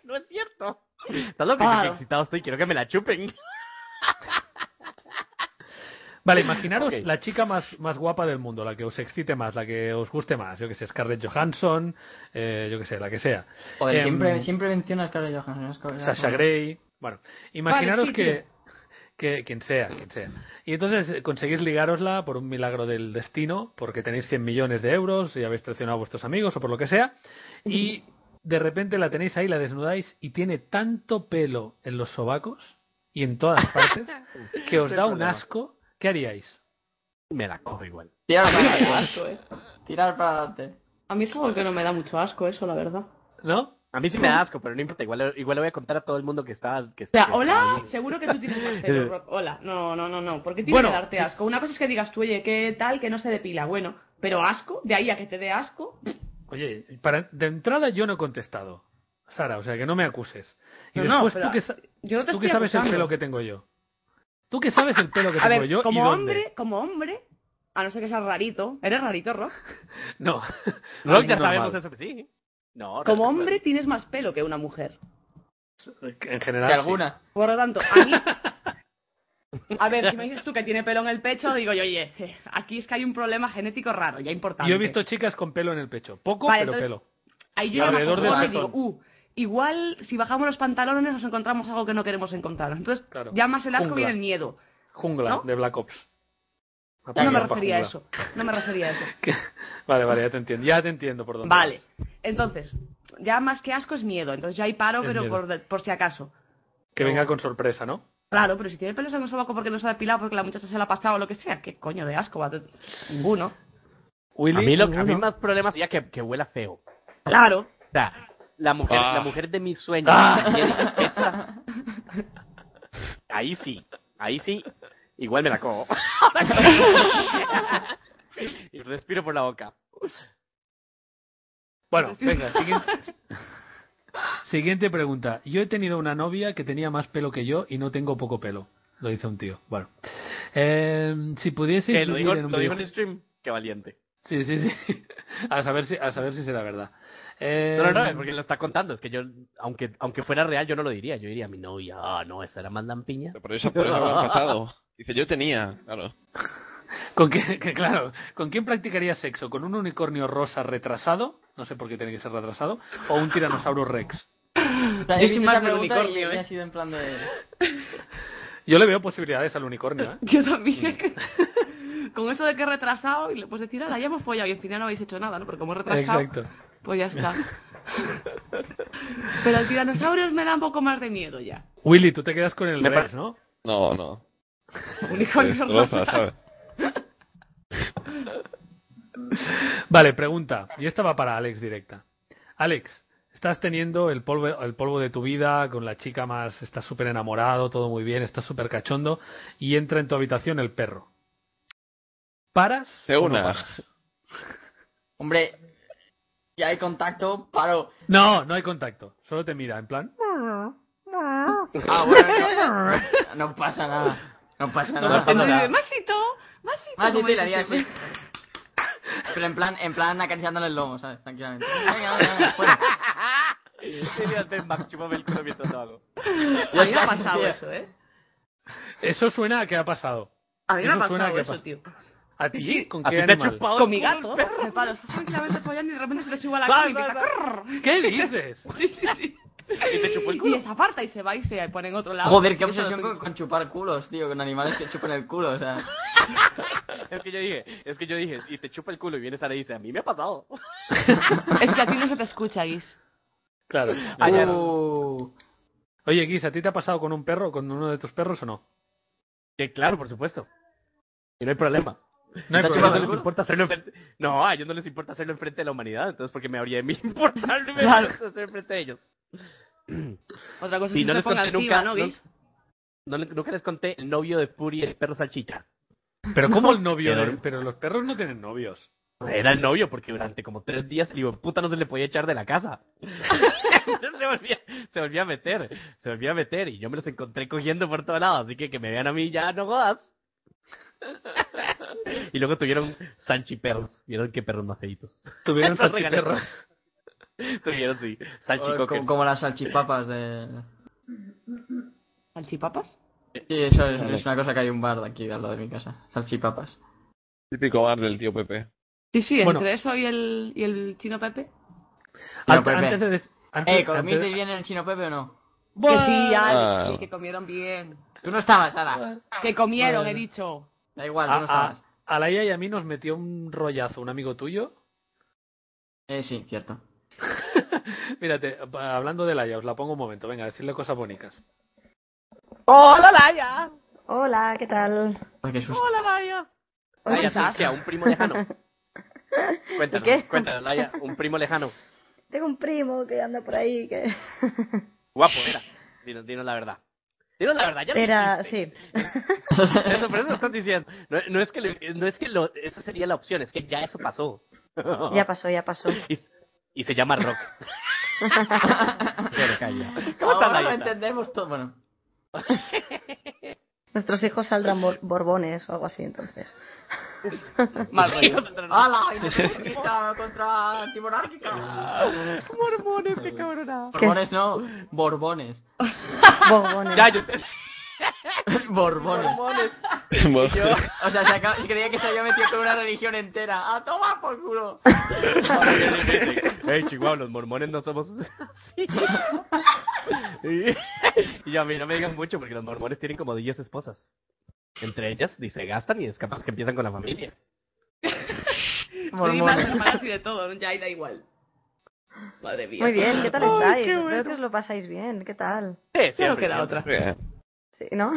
no es cierto. Estás loco, Claro. qué excitado estoy, quiero que me la chupen. Vale, imaginaros Ok. la chica más, más guapa del mundo, la que os excite más, la que os guste más. Yo que sé, Scarlett Johansson, eh, yo que sé, la que sea. Joder, Em, siempre, siempre mencionas a Scarlett Johansson. es como- Sasha Grey. Bueno, imaginaros sí, que, que quien sea, quien sea. Y entonces eh, conseguís ligárosla por un milagro del destino, porque tenéis 100 millones de euros y habéis traicionado a vuestros amigos o por lo que sea. Y de repente la tenéis ahí, la desnudáis y tiene tanto pelo en los sobacos y en todas partes que este os No hay da un problema. asco. ¿Qué haríais? Me la cojo igual. Tirar para Me da adelante. asco, eh. Tirar para adelante. A mí es algo que no me da mucho asco, eso, la verdad. ¿No? A mí sí me da asco, pero no importa, igual, igual le voy a contar a todo el mundo que está... Que O sea, que hola, está ahí. seguro que tú tienes más pelo, Rob. Hola, no, no, no, no. ¿Por qué tiene Bueno, que darte sí. asco? Una cosa es que digas tú, oye, qué tal, que no se depila. Bueno, pero asco, de ahí a que te dé asco. Oye, para, de entrada yo no he contestado, Sara, o sea que no me acuses. Y No, no, después pero tú que, sa- Yo no te tú que estoy sabes el acusando. pelo que tengo yo. Tú que sabes el pelo que A tengo ver, yo y como dónde. hombre, como hombre, a no ser que seas rarito, eres rarito, Rob. No. Rock, ya Normal. sabemos eso que sí. No, Como Rock, hombre tienes más pelo que una mujer. En que general. sí. alguna. Por lo tanto, a mí... A ver, si me dices tú que tiene pelo en el pecho, digo yo, oye, aquí es que hay un problema genético raro, ya importante. Yo he visto chicas con pelo en el pecho. Poco, Vale, pero entonces- pelo. Ahí yo ya me alrededor del acojono y digo, pezón. uh, igual si bajamos los pantalones nos encontramos algo que no queremos encontrar. Entonces, Claro. ya más el asco Jungla. viene el miedo. Jungla ¿No? de Black Ops. Yo no me Apareció pa' refería a jungla. eso. No me refería a eso. ¿Qué? Vale, vale, ya te entiendo. Ya te entiendo por dónde. Vale. vas. Entonces, ya más que asco es miedo. Entonces ya hay paro, Es pero miedo. por, por si acaso. Que venga con sorpresa, ¿no? Claro, pero si tiene pelos en el sobaco porque no se ha depilado, porque la muchacha se la ha pasado o lo que sea, ¿qué coño de asco? va a tener? Ninguno. Willy, A mí, lo, a mí ninguno. más problemas sería que, que huela feo. O Claro. sea, la mujer, Ah. la mujer de mis sueños. Jennifer Pesta. Ahí sí, ahí sí. Igual me la como. y respiro por la boca. Bueno, venga, siguiente. siguiente pregunta. Yo he tenido una novia que tenía más pelo que yo y no tengo poco pelo. Lo dice un tío. Bueno. Eh, si pudieseis Eh, lo vivir digo, en un lo digo en videojuego- el stream. Qué valiente. Sí, sí, sí. A saber si, a saber si será verdad. Eh, No, no, no, es porque lo está contando. Es que yo, aunque, aunque fuera real, yo no lo diría. Yo diría a mi novia, ah, no, esa era más lampiña. Pero por eso, por eso me han pasado. Dice, yo tenía, claro. ¿Con qué, que, claro, ¿con quién practicaría sexo? ¿Con un unicornio rosa retrasado? No sé por qué tiene que ser retrasado. ¿O un tiranosaurio rex? Yo soy más de unicornio, y, ¿eh? ha sido en plan de... Yo le veo posibilidades al unicornio, ¿eh? Yo también. Con eso de que he retrasado, y le puedes decir, ala, ya hemos follado y al final no habéis hecho nada, ¿no? Porque como he retrasado, Exacto. pues ya está. Pero el tiranosaurio me da un poco más de miedo ya. Willy, tú te quedas con el Me rex, ¿no? No, no. Unicornio Te rosa. destroza, ¿sabes? Vale, pregunta. Y esta va para Alex directa. Alex, estás teniendo el polvo, el polvo de tu vida con la chica más, estás súper enamorado, todo muy bien, estás súper cachondo y entra en tu habitación el perro. ¿Paras? Se o no una. paras? Hombre, ya hay contacto, paro. No, no hay contacto. Solo te mira, en plan. Ah, bueno, no, no pasa nada. No pasa No, nada. pasa nada. dice, Masito, Masito. Más como sí, la dice haría así. siempre. Pero en plan, en plan acariciándole el lomo, ¿sabes? Tranquilamente. Venga, venga, venga, fuera. Sería de Max, chúpame el culo mientras lo hago. A mí me ha pasado eso, ¿eh? Eso suena a que ha pasado. A mí me ha Eso suena pasado que eso, pasa. tío. ¿A ti? ¿Con qué ¿A ti te ha animal? chupado el Con mi culo el gato, perro? el palo, estás tranquilamente follando y de repente se le sube a la Sal, cara y sal, empieza, "Crrr". ¿Qué dices? Sí, sí, sí. Y te chupó el Y culo. desaparta y se va y se pone en otro lado. Joder, qué Eso lo obsesión tengo. con, con chupar culos, tío, con animales que chupan el culo, o sea. Es que yo dije, es que yo dije, y te chupa el culo y viene Sara y dice, a mí me ha pasado. Es que a ti no se te escucha, Guis. Claro. Ayer. Uh, Oye, Guis, ¿a ti te ha pasado con un perro, con uno de tus perros o no? Que claro, por supuesto. Y no hay problema. No hay ¿Te ha A ellos problema. no chupado les importa hacerlo enfrente. No, a ellos no les importa hacerlo enfrente de la humanidad, entonces porque me habría de mí importarme Claro. hacerlo enfrente de ellos. Otra cosa es Y que no se les ponga conté encima, nunca, ¿no, no- Guis? No le- nunca les conté el novio de Puri, el perro salchicha. Pero ¿cómo el novio? Qué del- dolor. Pero los perros no tienen novios. Era el novio porque durante como tres días el hijo de puta no se le podía echar de la casa. se, volvía, se volvía a meter, se volvía a meter y yo me los encontré cogiendo por todos lados, así que que me vean a mí ya no jodas. y luego tuvieron Sanchi perros, vieron qué perros más feitos. Tuvieron Los regalé. salchiperros. tuvieron sí, o- Sanchi como, como las salchipapas de. ¿Salchipapas? Sí, eso es, es una cosa que hay un bar de aquí al lado de mi casa. Salchipapas. Típico bar del tío Pepe. Sí, sí, Bueno. entre eso y el, y el chino Pepe. Ant- Pepe. Antes de... des- antes- pues, Eh, antes de- ¿comisteis bien el chino Pepe o no? Que sí, Ah. Alex, sí, que comieron bien. Tú no estabas, Ada. Ah, Que comieron, Bueno. he dicho. Da igual, tú A, no a, estabas. a Laia y a mí nos metió un rollazo un amigo tuyo. Eh, sí, cierto. Mírate, pa- hablando de Laia, os la pongo un momento. Venga, decirle cosas bonitas. ¡Hola, Laia! Hola, ¿qué tal? Ay, qué susto. ¡Hola, Laia! Laia estás? Sucia, un primo lejano. Cuéntanos, ¿Qué? cuéntanos, Laia, un primo lejano. Tengo un primo que anda por ahí que... Guapo ¿eh? era. Dinos, dinos la verdad. Dinos la verdad, ya lo Era, dijiste. sí. Eso, pero eso estás diciendo. No, no es que, le- no es que lo, esa sería la opción, es que ya eso pasó. Ah. Ya pasó, ya pasó. Y, y se llama Rock. Pero calla. ¿Cómo estás, Ahora lo Layita? entendemos todo. Bueno, Nuestros hijos saldrán bor- borbones o algo así, entonces. Mal Sí, rollo. no tendrán- ¡Hala! Independentista contra antimonárquica. Mormones, qué cabrona. Borbones no, borbones. Borbones. Ya, yo Borbones. Bueno, O sea, se acaba- creía que se había metido con una religión entera. Ah, ¡A tomar por culo! Ey, Chihuahua, los mormones no somos así. y yo, a mí no me digas mucho porque los mormones tienen como 10 esposas. Entre ellas, dice, gastan y es capaz que empiezan con la familia. Mormones. hermanas y de todo, ¿no? ya ahí da igual. Madre mía. Muy bien, ¿qué tal Ay, estáis? qué bueno. Espero que os lo pasáis bien, ¿qué tal? Sí, Creo siempre, que la otra. eh, Sí, ¿no?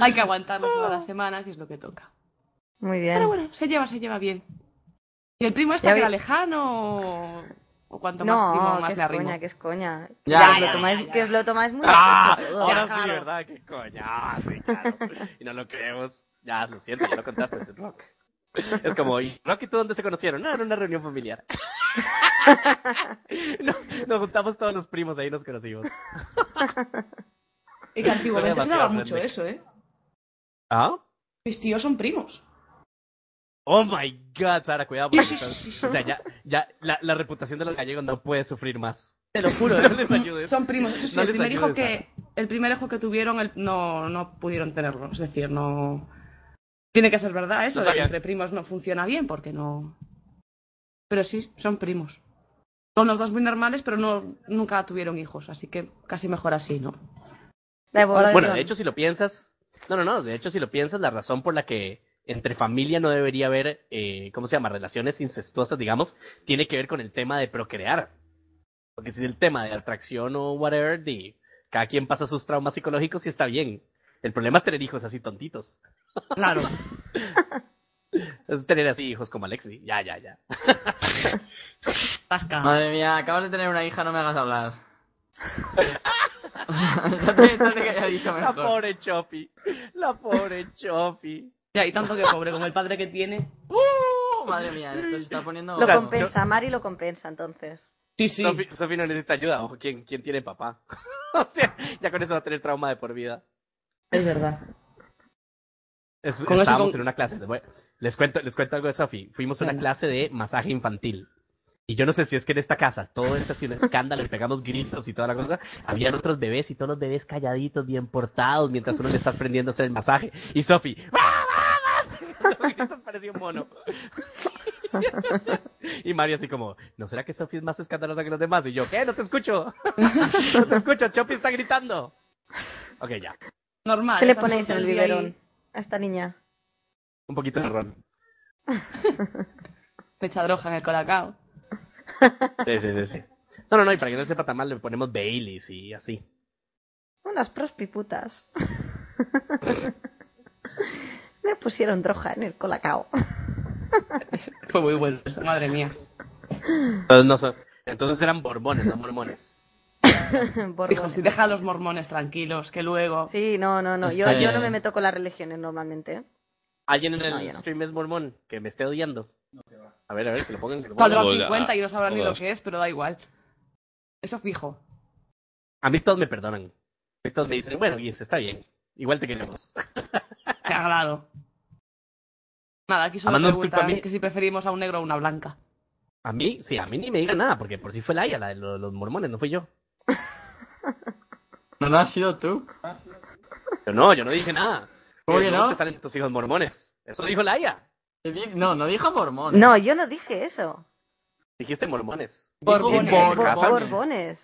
Hay que aguantarnos todas las semanas y es lo que toca. Muy Pero bien. bueno, se lleva, se lleva bien. ¿Y el primo Ya está que era vi- lejano o- o cuanto más primo No, que más es le arrimo? coña, que es coña. Ya, que, os ya, lo tomáis, que os lo tomáis muy ¡Ah! a pecho todo. Ahora sí, Claro. ¿verdad? ¡Qué coño! Ah, Sí, claro. Y no lo creemos. Ya, lo siento, ya lo contaste, es Rock. Es como, ¿y Rock y tú dónde se conocieron? No, en una reunión familiar. No, nos juntamos todos los primos, ahí nos conocimos. Y que antiguamente se demasiado daba mucho redneck. eso, ¿eh? ¿Ah? Mis tíos son primos. Oh my god, Sara, cuidado porque Sí, sí, estás- sí, sí. O sea, ya, ya la, la reputación de los gallegos no puede sufrir más. Te lo juro. ¿eh? No les ayudes. Son primos. Eso sí, No el les primer hijo ayudes, que el primer hijo que tuvieron el- no no pudieron tenerlo, es decir, no tiene que ser verdad eso, No de que sabía. entre primos no funciona bien porque no Pero sí, son primos. Son los dos muy normales, pero no nunca tuvieron hijos, así que casi mejor así, ¿no? La evolución. Bueno, de hecho, si lo piensas. No, no, no. De hecho, si lo piensas, la razón por la que entre familia no debería haber, eh, ¿cómo se llama?, relaciones incestuosas, digamos, tiene que ver con el tema de procrear. Porque si es el tema de atracción o whatever, de, cada quien pasa sus traumas psicológicos y está bien. El problema es tener hijos así tontitos. Claro. Es tener así hijos como Alexi. Ya, ya, ya. Madre mía, acabas de tener una hija, no me hagas hablar. Estate estate calladito La mejor. pobre Chopi. La pobre Chopi. Ya, y tanto que pobre como el padre que tiene. Uh, madre mía, esto se está poniendo... Lo sea, compensa, Mari lo compensa, entonces. Sí, sí. Sofi, Sofi no necesita ayuda. Ojo, ¿quién, quién tiene papá? o sea, ya con eso va a tener trauma de por vida. Es verdad. Es- Con eso, estábamos con- en una clase. les voy- Les cuento, les cuento algo de Sofi. Fuimos a una Venga. clase de masaje infantil. Y yo no sé si es que en esta casa todo esto ha sido un escándalo y pegamos gritos y toda la cosa. Habían otros bebés y todos los bebés calladitos, bien portados, mientras uno le está aprendiendo a hacer el masaje. Y Sofi, ¡Los gritos parecía un mono. y Mario así como, ¿no será que Sofi es más escandalosa que los demás? Y yo, ¿qué? No te escucho. no te escucho, Chopi está gritando. Ok, ya. Normal. ¿Qué le estás ponéis en todo el día ahí. biberón a esta niña? Un poquito de ron. Me echa droga en el colacao. Sí, sí, sí, sí. No, no, no, y para que no sepa tan mal le ponemos Baileys y así. Unas prospiputas. Me pusieron droga en el colacao. Fue muy bueno. Madre mía. Entonces, no son- entonces eran borbones, no mormones. Dijo, si Borbones. deja a los mormones tranquilos, que luego... Sí, no, no, no. Yo, Este- yo no me meto con las religiones normalmente. ¿eh? Alguien en el No, yo no. stream es mormón, que me esté odiando. A ver, a ver, que lo pongan. que lo Saldrá pongan. Hola. 50 y no sabrán ni lo Todas. que es, pero da igual. Eso fijo. A mí todos me perdonan. A mí todos me dicen, bueno, Guis, está bien. Igual te queremos. Te agrado. Nada, aquí solo Amando, preguntan disculpa, a mí- que si preferimos a un negro o a una blanca. A mí, sí, a mí ni me digan nada, porque por si fue Laia, la de lo- los, mormones, no fui yo. No, no has sido tú. Pero no, yo no dije nada. ¿Cómo que Eh, no? te salen tus hijos mormones. Eso dijo Laia. ¿Qué di- No, no dijo mormón. No, yo no dije eso. Dijiste mormones. Borbones. Dije, bo- Casan. Borbones.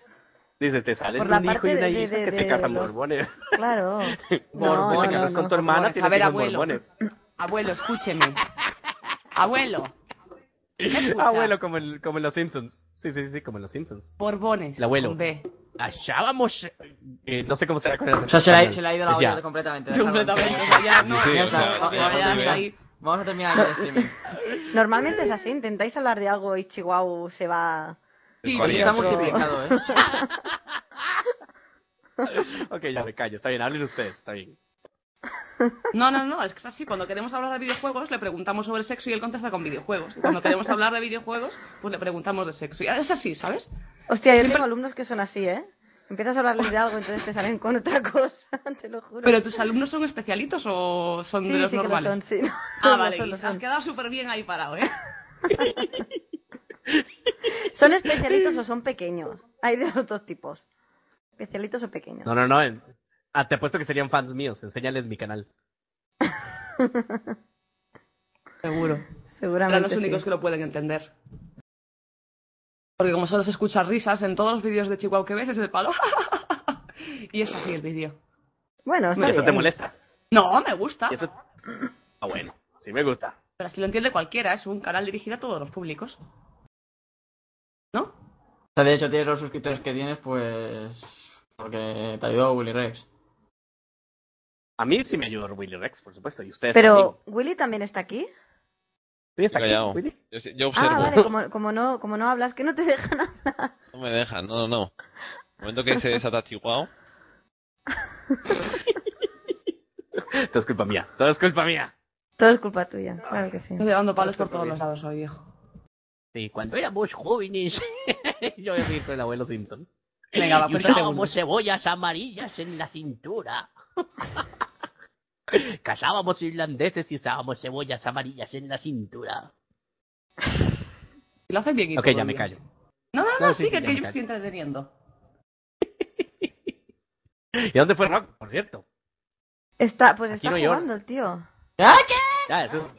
Dices, te salen Por la un hijo parte y una de- de- hija de- que se de casan los- mormones. Claro. No, Si no, te no, casas no. con tu hermana, Mormones. tienes A ver, hijos abuelo. mormones. Abuelo, escúcheme. Abuelo. escucha? Abuelo, como, el, como en los Simpsons. Sí, sí, sí, como en los Simpsons. Borbones. El abuelo. con B. Allá Ah, vamos. eh, no sé cómo será con el Pues O sea, se le, ha- se le ha ido la Ya. olla completamente. dejarlo en Completamente. paz. Ya, no, Sí, Ya o sea, está, va- ya, vamos a ya, ya. ya, terminar- ahí. Vamos a terminar el streaming. Normalmente es así. Intentáis hablar de algo y Chihuahua se va. Sí, Joder, sí, Está eso- multiplicado, ¿eh? Ok, ya me callo. Está bien, hablen ustedes. Está bien. No, no, no, es que es así. Cuando queremos hablar de videojuegos, le preguntamos sobre sexo y él contesta con videojuegos. Y cuando queremos hablar de videojuegos, pues le preguntamos de sexo. Y es así, ¿sabes? Hostia, yo tengo alumnos que son así, ¿eh? Empiezas a hablarles de algo, entonces te salen con otra cosa, te lo juro. ¿Pero tus alumnos son especialitos o son sí, de los sí que lo normales? son, sí. no, Ah, lo vale. son, lo Guis, Has son. quedado súper bien ahí parado, ¿eh? ¿Son especialitos o son pequeños? Hay de los dos tipos. Especialitos o pequeños. No, no, no. en- ah, te apuesto que serían fans míos. Enséñales mi canal. Seguro. Seguramente Eran los sí. únicos que lo pueden entender. Porque como solo se escuchan risas, en todos los vídeos de Chihuahua que ves es el palo. y es así el vídeo. Ah, Bueno, está Eso te bien. molesta. No, me gusta. Eso... Ah, bueno. Sí me gusta. Pero si lo entiende cualquiera, es un canal dirigido a todos los públicos. ¿No? O sea, de hecho, tienes los suscriptores que tienes, pues. Porque te ayudó Willy Rex. A mí sí me ayudó Willy Rex, por supuesto. Y ustedes Pero, ¿Willy también está aquí? también. Sí, está aquí, Callado. Willy. Yo, sé- yo observo. Ah, vale, como, como, no, como no hablas, que no te dejan hablar. No me dejan, no, no, no. El momento que se desata Chihuahua, Todo es culpa mía. Todo es culpa mía. Todo es culpa tuya, claro que sí. Estoy dando palos por todos los lados hoy, viejo. Sí, cuando éramos jóvenes, yo voy a seguir con el abuelo Simpson. Venga, va, pues Y cuéntate usábamos uno. cebollas amarillas en la cintura. Casábamos irlandeses y usábamos cebollas amarillas en la cintura. Y Lo hacen bien y Ok, todo ya me bien. callo. No, no, no, No, sí, sigue, sí, ya que me yo me callo. estoy entreteniendo. ¿Y dónde fue Rock, por cierto? Está, pues Aquí está no llora. jugando el tío. Ya, eso.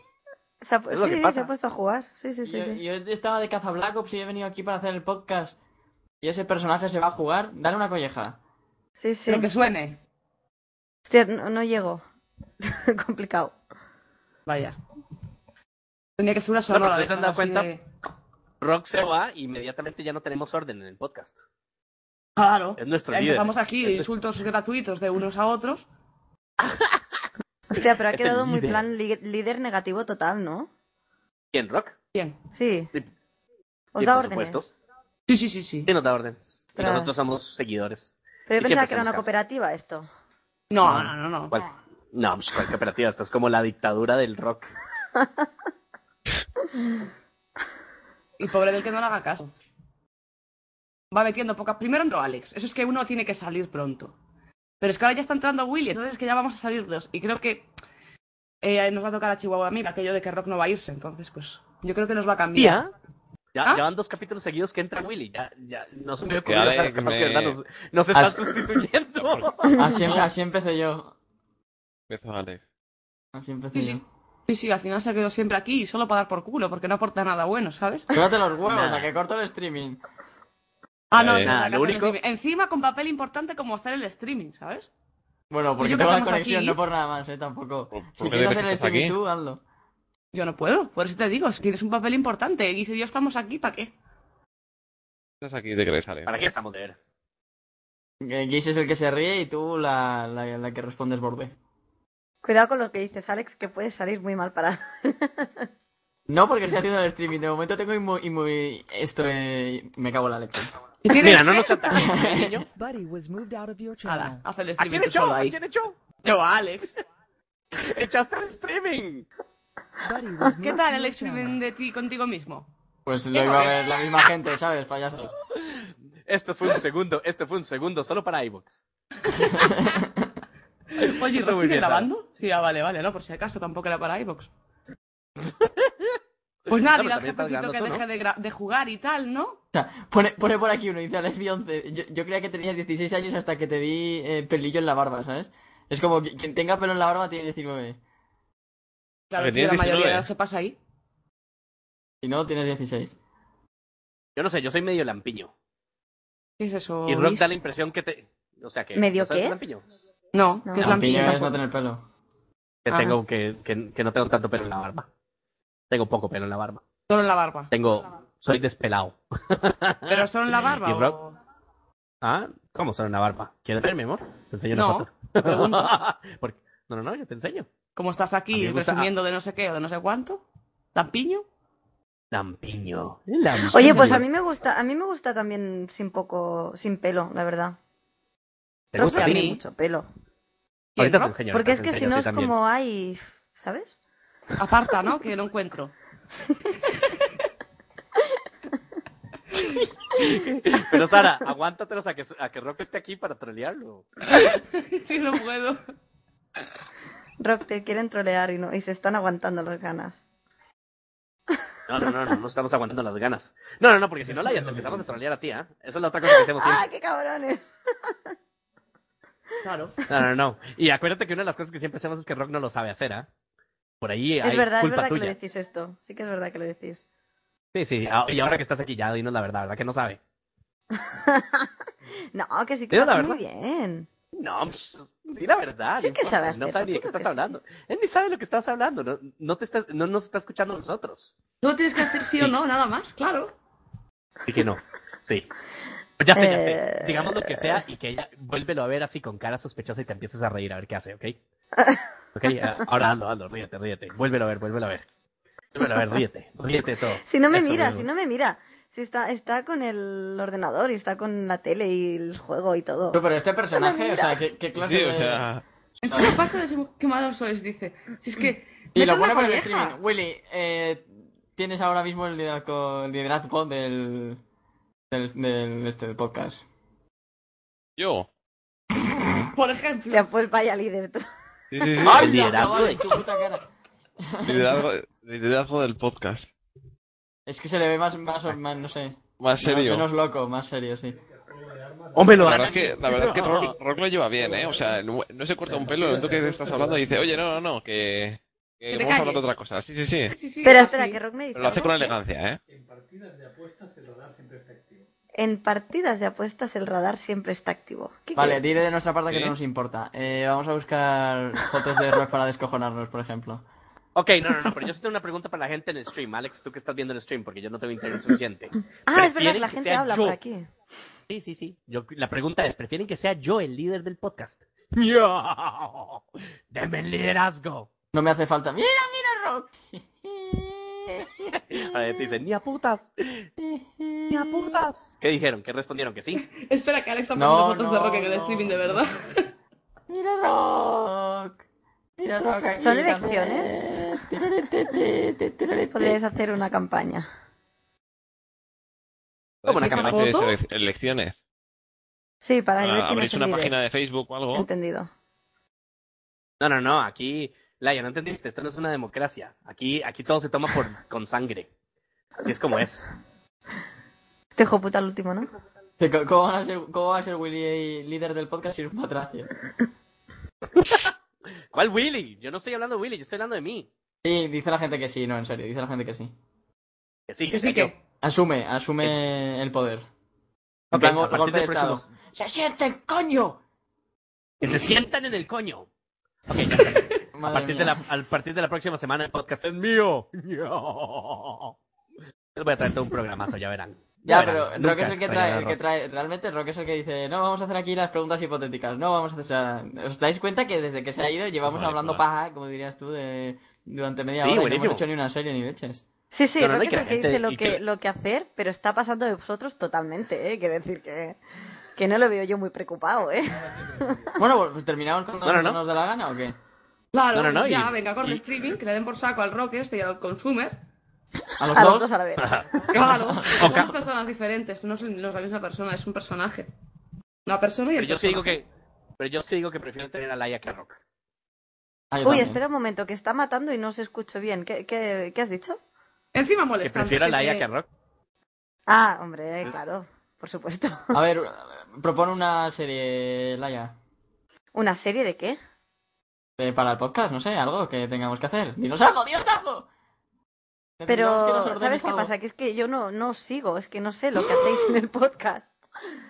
Se ha, pu- Es lo sí, que sí, se pasa. ha puesto a jugar. Sí, sí, sí. yo, sí. yo estaba de caza Black Ops y he venido aquí para hacer el podcast. Y ese personaje se va a jugar. Dale una colleja. sí, sí. Pero que suene. Hostia, no, no llego. Complicado. Vaya. Tenía que ser una pero sonora. si de se han dado estas así cuenta- de- Rock se va y inmediatamente ya no tenemos orden en el podcast. Claro. Es nuestro líder. Empezamos aquí de Entonces- insultos gratuitos de unos a otros. Hostia, pero ha Es el quedado muy líder. plan li- líder negativo total, ¿no? ¿Quién, Rock? Bien. Sí. Sí. Os Sí, da por órdenes. supuesto. Sí, sí, sí, sí. Sí, nos da órdenes. Y Ostras. nosotros somos seguidores. Pero Y yo siempre pensaba que era una hacemos caso. cooperativa esto. No, no, no, no. ¿Cuál? No, pues cuál cooperativa. Esto es como la dictadura del rock. Y pobre del que no le haga caso. Va metiendo pocas. Primero entró Alex. Eso es que uno tiene que salir pronto. Pero es que ahora ya está entrando Willy, entonces es que ya vamos a salir dos. Y creo que eh, nos va a tocar a Chihuahua a mí, aquello de que Rock no va a irse. Entonces, pues, yo creo que nos va a cambiar. Ya, ya, ¿Ah? van dos capítulos seguidos que entra Willy. Ya, ya, no se me Ya, ocurrió. o sea, eh, es capaz me- que de verdad nos, nos estás As- sustituyendo. Así, em- así empecé yo. empiezo Alex. Así empecé yo. Sí, sí, al final se quedó siempre aquí, y solo para dar por culo, porque no aporta nada bueno, ¿sabes? Córtate los huevos, Nah. a que corto el streaming. Ah, no, Eh, nada, nada, que lo hacer el único- streaming. Encima con papel importante como hacer el streaming, ¿sabes? Bueno, porque yo tengo la empezamos conexión, aquí. no por nada más, eh, tampoco. ¿Por- por Si qué quieres dices hacer que el está streaming aquí? tú, hazlo. Yo no puedo, por eso te digo, si tienes un papel importante y si yo estamos aquí, ¿para qué? Estás aquí de que le sale. ¿Para qué estamos de veras? Eh, Guis es el que se ríe y tú la, la, la que respondes borde. Cuidado con lo que dices, Alex, que puedes salir muy mal parado. No, porque estoy haciendo el streaming. De momento tengo inmu- inmu- esto. eh, me cago en la leche. Si tienes Mira, no fe, nos chantajees, ¿eh, niño. Buddy was moved out of your ala, channel. haz el Ah, ¿A streaming quién tú echó? solo ¿A ahí. quién echó? Yo, Alex. Echaste el streaming. Buddy was ¿Qué moved tal to el your streaming channel. de ti contigo mismo? Pues lo iba a ver la misma gente, ¿sabes? Payasos. Esto fue un segundo, esto fue un segundo solo para iVoox. Oye, Está ¿Rock muy sigue bien, grabando? Sí, ah, vale, vale, no, por si acaso, tampoco era para iVox. Pues nada, No, pero dile también estás al jefecito que grabando tú, deje de, gra- de jugar y tal, ¿no? O sea, pone, pone por aquí uno, dice Lesbi 11. Yo, yo creía que tenías 16 años hasta que te vi eh, pelillo en la barba, ¿sabes? Es como que quien tenga pelo en la barba tiene 19. Claro, que Porque la tienes mayoría 19. se pasa ahí. Si no, tienes 16. Yo no sé, yo soy medio lampiño. ¿Qué es eso? Y Rock Luis? da la impresión que te... O sea, que... ¿Medio ¿no sabes qué? lampiño? No, No. que es Lampiño lampiño. es no tener pelo. Que, Ajá. tengo, que, que, que no tengo tanto pelo en la barba. Tengo poco pelo en la barba. Solo en la barba. Tengo... Soy despelado. ¿Pero solo en la barba ¿Y o...? Rock? ¿Ah? ¿Cómo solo en la barba? ¿Quieres verme, amor? Te enseño No, una foto. Porque- No, no, no, yo te enseño. Como estás A mí aquí me gusta- presumiendo de no sé qué o de no sé cuánto. ¿Lampiño? Lampiño. lampiño. Oye, pues a mí me gusta, a mí me gusta también sin poco, sin pelo, la verdad. ¿Te Creo gusta que a tiene mí? mucho pelo. ¿Quién, Ahorita te Rock? enseño. Porque es ahorita te que si enseño no a es ti también. como hay, ¿sabes? Aparta, ¿no? Que no encuentro. Pero Sara, aguántatelos a que, a que Rock esté aquí para trolearlo. Sí, no puedo. Rock, te quieren trolear y, no, y se están aguantando las ganas. No, no, no, no, no estamos aguantando las ganas. No, no, no, porque si no, la ya te empezamos a trolear a ti, ¿eh? Esa es la otra cosa que hacemos ¡Ah, siempre. qué cabrones! Claro. No, no, no. Y acuérdate que una de las cosas que siempre hacemos es que Rock no lo sabe hacer, ¿ah? Por ahí hay es verdad, es culpa verdad que tuya. lo decís esto. Sí que es verdad que lo decís. Sí, sí, a- y ahora que estás aquí ya, dinos la verdad, ¿verdad que no sabe? no, que sí que Dilo lo la hace muy verdad. bien. No, pues, di la verdad. Sí no que importa, sabe No hacer, sabe ni de por qué supuesto estás que sí. hablando. Él ni sabe lo que estás hablando. No, no, te está, no nos está escuchando a nosotros. Solo tienes que hacer sí o no, nada más, claro. Así que no. Sí. Pues Ya sé, ya Eh. sé. Digamos lo que sea y que ella vuélvelo a ver así con cara sospechosa y te empieces a reír a ver qué hace, ¿ok? Ok, ah, ahora hazlo, hazlo, ríete, ríete. Vuélvelo a ver, vuélvelo a ver. Vuélvelo a ver, ríete, ríete de todo. Si no me Eso mira, mismo. si no me mira. Si está, está con el ordenador y está con la tele y el juego y todo. Pero, pero este personaje, o sea, ¿qué, qué clase Sí, o de- sea. Entonces pasa de su- qué malo sois, dice. Si es que. Mm. Y vete a lo una bueno para el colleja. streaming. Willy, eh, tienes ahora mismo el liderazgo, el liderazgo del, del, del- este, del podcast. Yo. Por ejemplo. Ya, pues vaya líder tú. Sí, sí, sí. ¡Ay! liderazgo. chaval, en tu puta cara. Liderazgo, liderazgo del podcast. Es que se le ve más, más, más no sé. Más serio. Menos loco, más serio, sí. Hombre, lo La hará. verdad es que, la verdad es que Rock, Rock lo lleva bien, ¿eh? O sea, no, no se corta un pelo en el que estás hablando y dice, oye, no, no, no, que, que Que te vamos a hablar de calles. otra cosa. Sí, sí, sí. Sí, sí, Pero así. espera, que Rock me dice. Pero lo hace algo. con elegancia, ¿eh? En partidas de apuestas el radar siempre está activo. ¿Qué Vale, quieres? dile de nuestra parte que ¿Sí? no nos importa. Eh, vamos a buscar fotos de Rock para descojonarnos, por ejemplo. Ok, no, no, no, pero yo sí tengo una pregunta para la gente en el stream. Alex, tú que estás viendo el stream, porque yo no tengo internet suficiente. Ah, es verdad ¿Prefieren que la que gente sea habla yo? por aquí. Sí, sí, sí. Yo, la pregunta es, ¿prefieren que sea yo el líder del podcast? ¡Yo! ¡Deme el liderazgo! No me hace falta. ¡Mira, mira, Rock! A ver, te dicen, ni a putas, ni a putas. ¿Qué dijeron? ¿Qué respondieron? Que sí. Espera, que Alex está No, poniendo fotos de no, Rock en el no. streaming de verdad. ¡Mira, Rock! ¡Mira, Rock! aquí ¿Son también. elecciones? Tirarete, tirarete. Podrías hacer una campaña. Como una Parece que cámara. hacéis ¿Foto? ele- elecciones. Sí, para Ah, ver quién Abrís es el una líder. página de Facebook o algo. Entendido. No, no, no, aquí, Laia, no entendiste, esto no es una democracia. Aquí, aquí todo se toma por, con sangre. Así es como es. Este hijo puta el último, ¿no? Que co- ¿Cómo va, a ser, ¿Cómo va a ser Willy líder del podcast si es un matracio? ¿Cuál Willy? Yo no estoy hablando de Willy, yo estoy hablando de mí. Sí, dice la gente que sí, no, en serio, dice la gente que sí. Que sí, Que que sí, soy yo. que. Asume, asume el poder. En Ok, plan, a gol- partir golpe del de próximo- estado. ¡Se sienten, coño! Que se sientan en el coño. Ok, ya está. A Madre partir, de la, mía. al partir de la próxima semana el podcast es mío. Yo les voy a traer todo un programazo, ya verán. Ya, verán. pero Rock Nunca es el que extrañarán trae, a el que Rock. trae, realmente Rock es el que dice, no, vamos a hacer aquí las preguntas hipotéticas, no, vamos a hacer, o sea, ¿os dais cuenta que desde que se ha ido llevamos Vale, hablando vale. paja, como dirías tú, de, durante Sí, media hora y no buenísimo. hemos hecho ni una serie ni leches? Sí, sí, No, no, no, Roque y que es la el que gente- dice lo y que, que- lo que hacer, pero está pasando de vosotros totalmente, ¿eh? Quiero decir que, que no lo veo yo muy preocupado, ¿eh? Bueno, pues terminamos cuando No, no, nosotros no. nos da la gana o qué? Claro, No, no, no, ya, y- venga, corre y- streaming, que le den por saco al Rock este y al Consumer. A los A los dos. dos a la vez. Claro, son ca- dos personas diferentes, no son no es la misma persona, es un personaje. Una persona y Pero el yo sí digo personaje. que pero yo sí digo que prefiero tener a Laia que a Rock. Ah, yo Uy, también. espera un momento, que está matando y no se escucho bien. ¿Qué, qué, qué has dicho? Encima Que molestando. prefiero a sí, sí, Laia sí. que a Rock. Ah, hombre, claro, por supuesto. A ver, propone una serie, Laia, ¿Una serie de qué? eh, para el podcast, no sé, algo que tengamos que hacer. ¡Dinos algo, dinos algo! Necesitamos que nos Pero, ordenes ¿sabes qué algo. pasa? Que es que yo no, no sigo, es que no sé lo que hacéis en el podcast.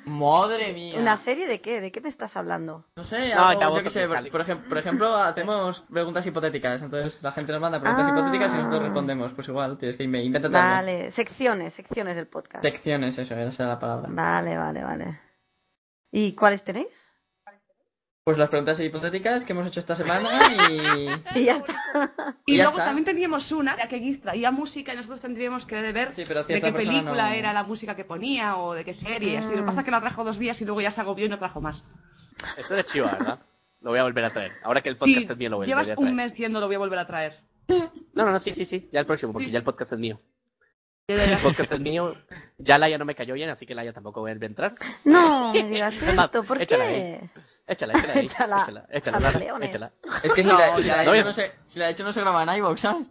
¡Madre mía! ¿Una serie de qué? ¿De qué me estás hablando? No sé, No, algo, la yo voto qué sé, por, tropical. por ejem- por ejemplo, hacemos preguntas hipotéticas, entonces la gente nos manda preguntas Ah. hipotéticas y nosotros respondemos, pues igual, tienes que inve- invéntate algo. Vale, secciones, secciones del podcast. Secciones, eso, esa era la palabra. Vale, vale, vale. ¿Y cuáles tenéis? Pues las preguntas hipotéticas que hemos hecho esta semana y... Sí, ya está. Y Ya luego está. también teníamos una, la que Gis traía música y nosotros tendríamos que ver Sí, pero de cierta qué persona película no- era la música que ponía o de qué serie. y Así. Lo que pasa es que la trajo dos días y luego ya se agobió y no trajo más. Eso era chiva, ¿verdad? Lo voy a volver a traer. Ahora que el Sí, podcast es mío lo voy a llevas volver a traer. un mes diciendo lo voy a volver a traer. No, no, no, sí, sí, sí, ya el próximo porque Sí. ya el podcast es mío. Ya, El ya, ya. podcast es mío Ya Laia no me cayó bien, así que Laia tampoco va a entrar. No, me digas más, esto, ¿por échala qué? Échala, échala, ahí, Échala, échala, échala, a los Lara, leones. échala. Es que si, No, la, si la ya, he no hecho, es- no se, si la he hecho no se graba en iVoox, ¿sabes?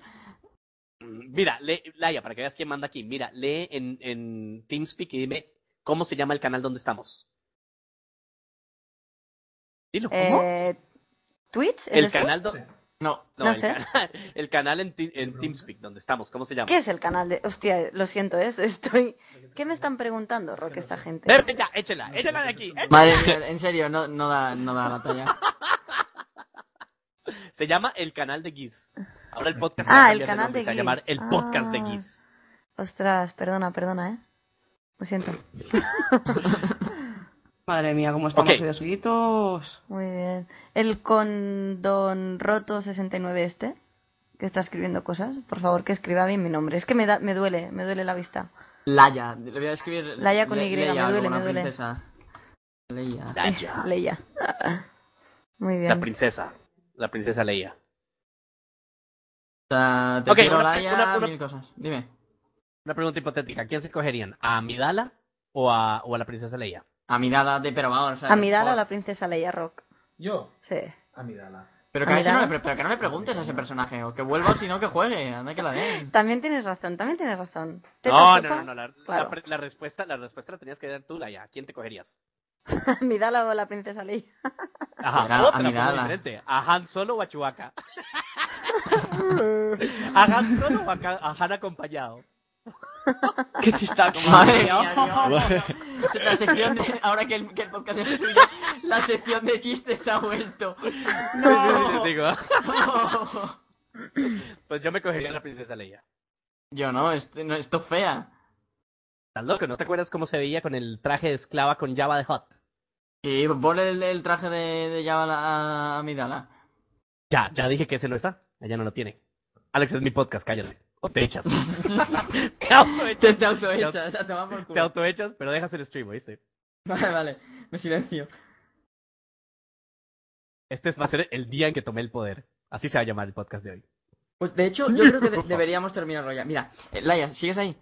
Mira, lee, Laia, para que veas quién manda aquí. Mira, lee en, en TeamSpeak y dime cómo se llama el canal donde estamos. Dilo, ¿cómo? Eh, ¿Twitch? ¿Es este? el esto? canal donde... No. No, No el, sé. canal, el canal en, Ti- en TeamSpeak donde estamos. ¿Cómo se llama? ¿Qué es el canal de...? Hostia, lo siento, es, estoy... ¿Qué me están preguntando, Rock, esta gente? Eh, venga, échela, échela de aquí. échala. Madre mía, en serio, no, no, da, no da la talla. Se llama el canal de Giz. Ahora el podcast Ah, va a el cambiar canal nombre, de se va a Giz. llamar el podcast de Ah. Giz. Ostras, perdona, perdona, ¿eh? Lo siento. Madre mía, cómo estamos Ok. hoy de seguiditos. Muy bien. El condón roto 69 este, que está escribiendo cosas, por favor que escriba bien mi nombre. Es que me, da, me duele, me duele la vista. Laya, le voy a escribir. Laia con Le- Y, Leia, me duele, como una me duele. princesa. Leia. Leia, Leia. Muy la bien. princesa. La princesa Leia. O sea, te Ok, quiero, una- Laia, una- una- mil cosas. Dime. Una pregunta hipotética. ¿Quién se escogerían? ¿A Amidala o a, o a la princesa Leia? A mirada de, pero vamos. o sea, A mi Dala, por- la princesa Leia Rock. Yo, Sí. a Midala. Pero a que, a ese no Midala. me pre- pero que no me preguntes a ese personaje. O que vuelva, o si no, que juegue. Anda que la den. También tienes razón, también tienes razón. ¿Teta No, no, sopa? no, no. La, la Claro. pre- la respuesta, la respuesta la tenías que dar tú, Laia. ¿A quién te cogerías? mi Dala o la princesa Leia. Ajá, Era otra Amidala. forma diferente. ¿A Han Solo o a Chewbacca? ¿A Han Solo o a, Ca- a Han acompañado? Qué chistaco, Madre mía, Dios. La sección de- ahora que el, que el podcast es suyo, la sección de chistes se ha vuelto. No. Digo, pues yo me cogería a la princesa Leia. Yo no, esto, no, esto fea. ¿Estás loco? ¿No te acuerdas cómo se veía con el traje de esclava con Java de Hot? Y ponle el, el traje de, de Java a, a Midala. Ya, ya dije que ese no está. Ella no lo tiene. Alex, es mi podcast, cállate. O te echas. te Te, autoechas. te autoechas, a tomar por Te culo. autoechas, pero dejas el stream, ¿oíste? Vale, vale, me silencio. Este va a ser el día en que tomé el poder. Así se va a llamar el podcast de hoy. Pues de hecho, yo creo que de- deberíamos terminarlo ya. Mira, eh, Laia, ¿sigues ahí?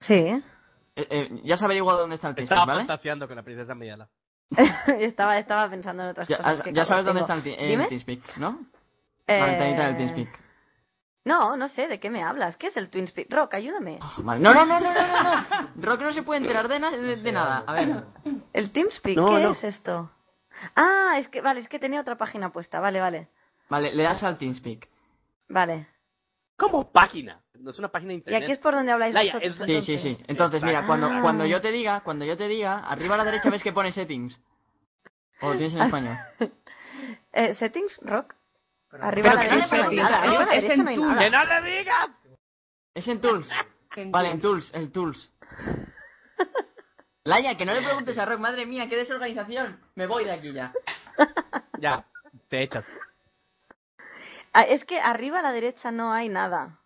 Sí. Eh, eh, ya has averiguado dónde está el Estaba Teamspeak, ¿vale? fantaseando con la princesa Midala. estaba, estaba pensando en otras Ya, cosas. has- que ya claro, sabes dónde está tengo. el, ti- el Dime. Teamspeak, ¿no? Eh, La ventanita del Teamspeak. No, no sé, ¿de qué me hablas? ¿Qué es el Twinspeak? Rock, ayúdame. Oh, madre- No, no, no, no, no, no, no. Rock no se puede enterar de, na- de- de nada. A ver. ¿El Teamspeak? No, ¿Qué no. es esto? Ah, es que, vale, es que tenía otra página puesta. Vale, vale. Vale, le das al Teamspeak. Vale. ¿Cómo página? No es una página de Y internet. aquí es por donde habláis Laia, vosotros. Sí, sí, entonces. sí. Entonces, mira, cuando, Ah. cuando yo te diga, cuando yo te diga, arriba a la derecha ves que pone settings. O lo tienes Ah. en español. Eh, ¿Settings? ¿Rock? Arriba Pero a la que no le derecha no hay preguntes, nada. Arriba a no, la es derecha en no hay tu- nada. ¡Que no le digas! Es en tools. Vale, en tools, el tools. Laia, que no le preguntes a Rock, madre mía, qué desorganización. Me voy de aquí ya. Ya, te echas. Ah, es que arriba a la derecha no hay nada.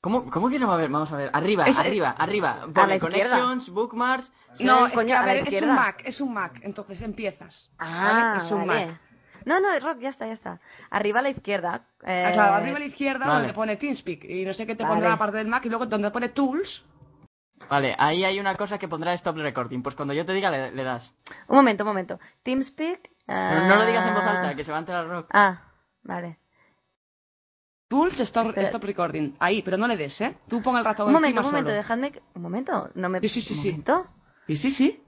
¿Cómo, ¿Cómo que no va a haber? Vamos a ver. Arriba, Es- arriba, arriba. Pone la izquierda. connections, bookmarks. No, Sí, es coño, que, a a la ver, es izquierda. un Mac, es un Mac, entonces empiezas. Ah, ¿vale? Es un vale. Mac. No, no, Rock, ya está, ya está. Arriba a la izquierda. eh, Ah, claro, arriba a la izquierda Vale. donde pone TeamSpeak y no sé qué te Vale. pondrá aparte del Mac y luego donde pone Tools. Vale, ahí hay una cosa que pondrá stop recording. Pues cuando yo te diga, le, le das. Un momento, un momento. Teamspeak. Pero ah, no lo digas en voz alta, que se va a enterar Rock. Ah, vale. Tools, stop, Espera. stop recording. Ahí, pero no le des, ¿eh? Tú pon el ratón Un momento, encima un momento, solo. dejadme. que- Un momento, no me. Sí, sí, sí, un sí. momento. Ah. Y sí, sí.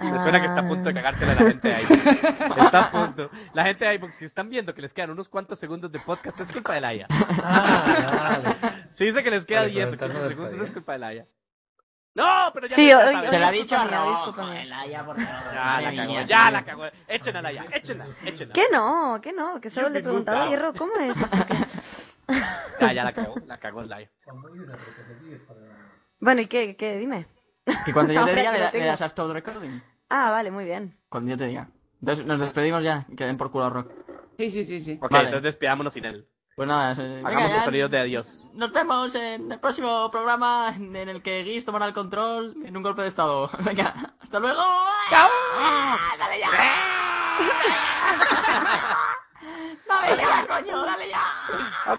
Me suena que está a punto de cagársela a la gente de iBook. Está a punto. La gente de iBook, si están viendo que les quedan unos cuantos segundos de podcast, es culpa de Laia. Ah, vale. Si dice que les queda Vale, 10 o 15 pero entonces no segundos, despedí. es culpa de Laia. ¡No! Pero ya Sí, ya hoy- sabes. Te hoy- lo ha Oye, dicho discúlpame, Rock. discúlpame. Joder, Laia, por favor. Ya la Madre cagó, mía. ya la cagó. Échenla, Laia, échenla, échenla. ¿Qué no? ¿Qué no? Que solo Yo le me preguntaba, nunca. oye, Ro, ¿cómo es? esto? Ya, ya la cagó, la cagó Laia. bueno, ¿y qué? ¿Qué? Dime. Y cuando yo te Ahora diga, le, que lo da- le tengo. das a stop recording. Ah, vale, muy bien. Cuando yo te diga. Entonces nos despedimos ya, que den por culo a Rock. Sí, sí, sí, sí. Ok, Vale. entonces despidámonos sin él. Pues nada, eh, venga, Hagamos ya. los sonidos de adiós. Nos vemos en el próximo programa en el que Guis tomará el control en un golpe de estado. Venga, hasta luego. ¡Chao! ¡Dale ya! ¡Dale ya, coño! ¡Dale ya!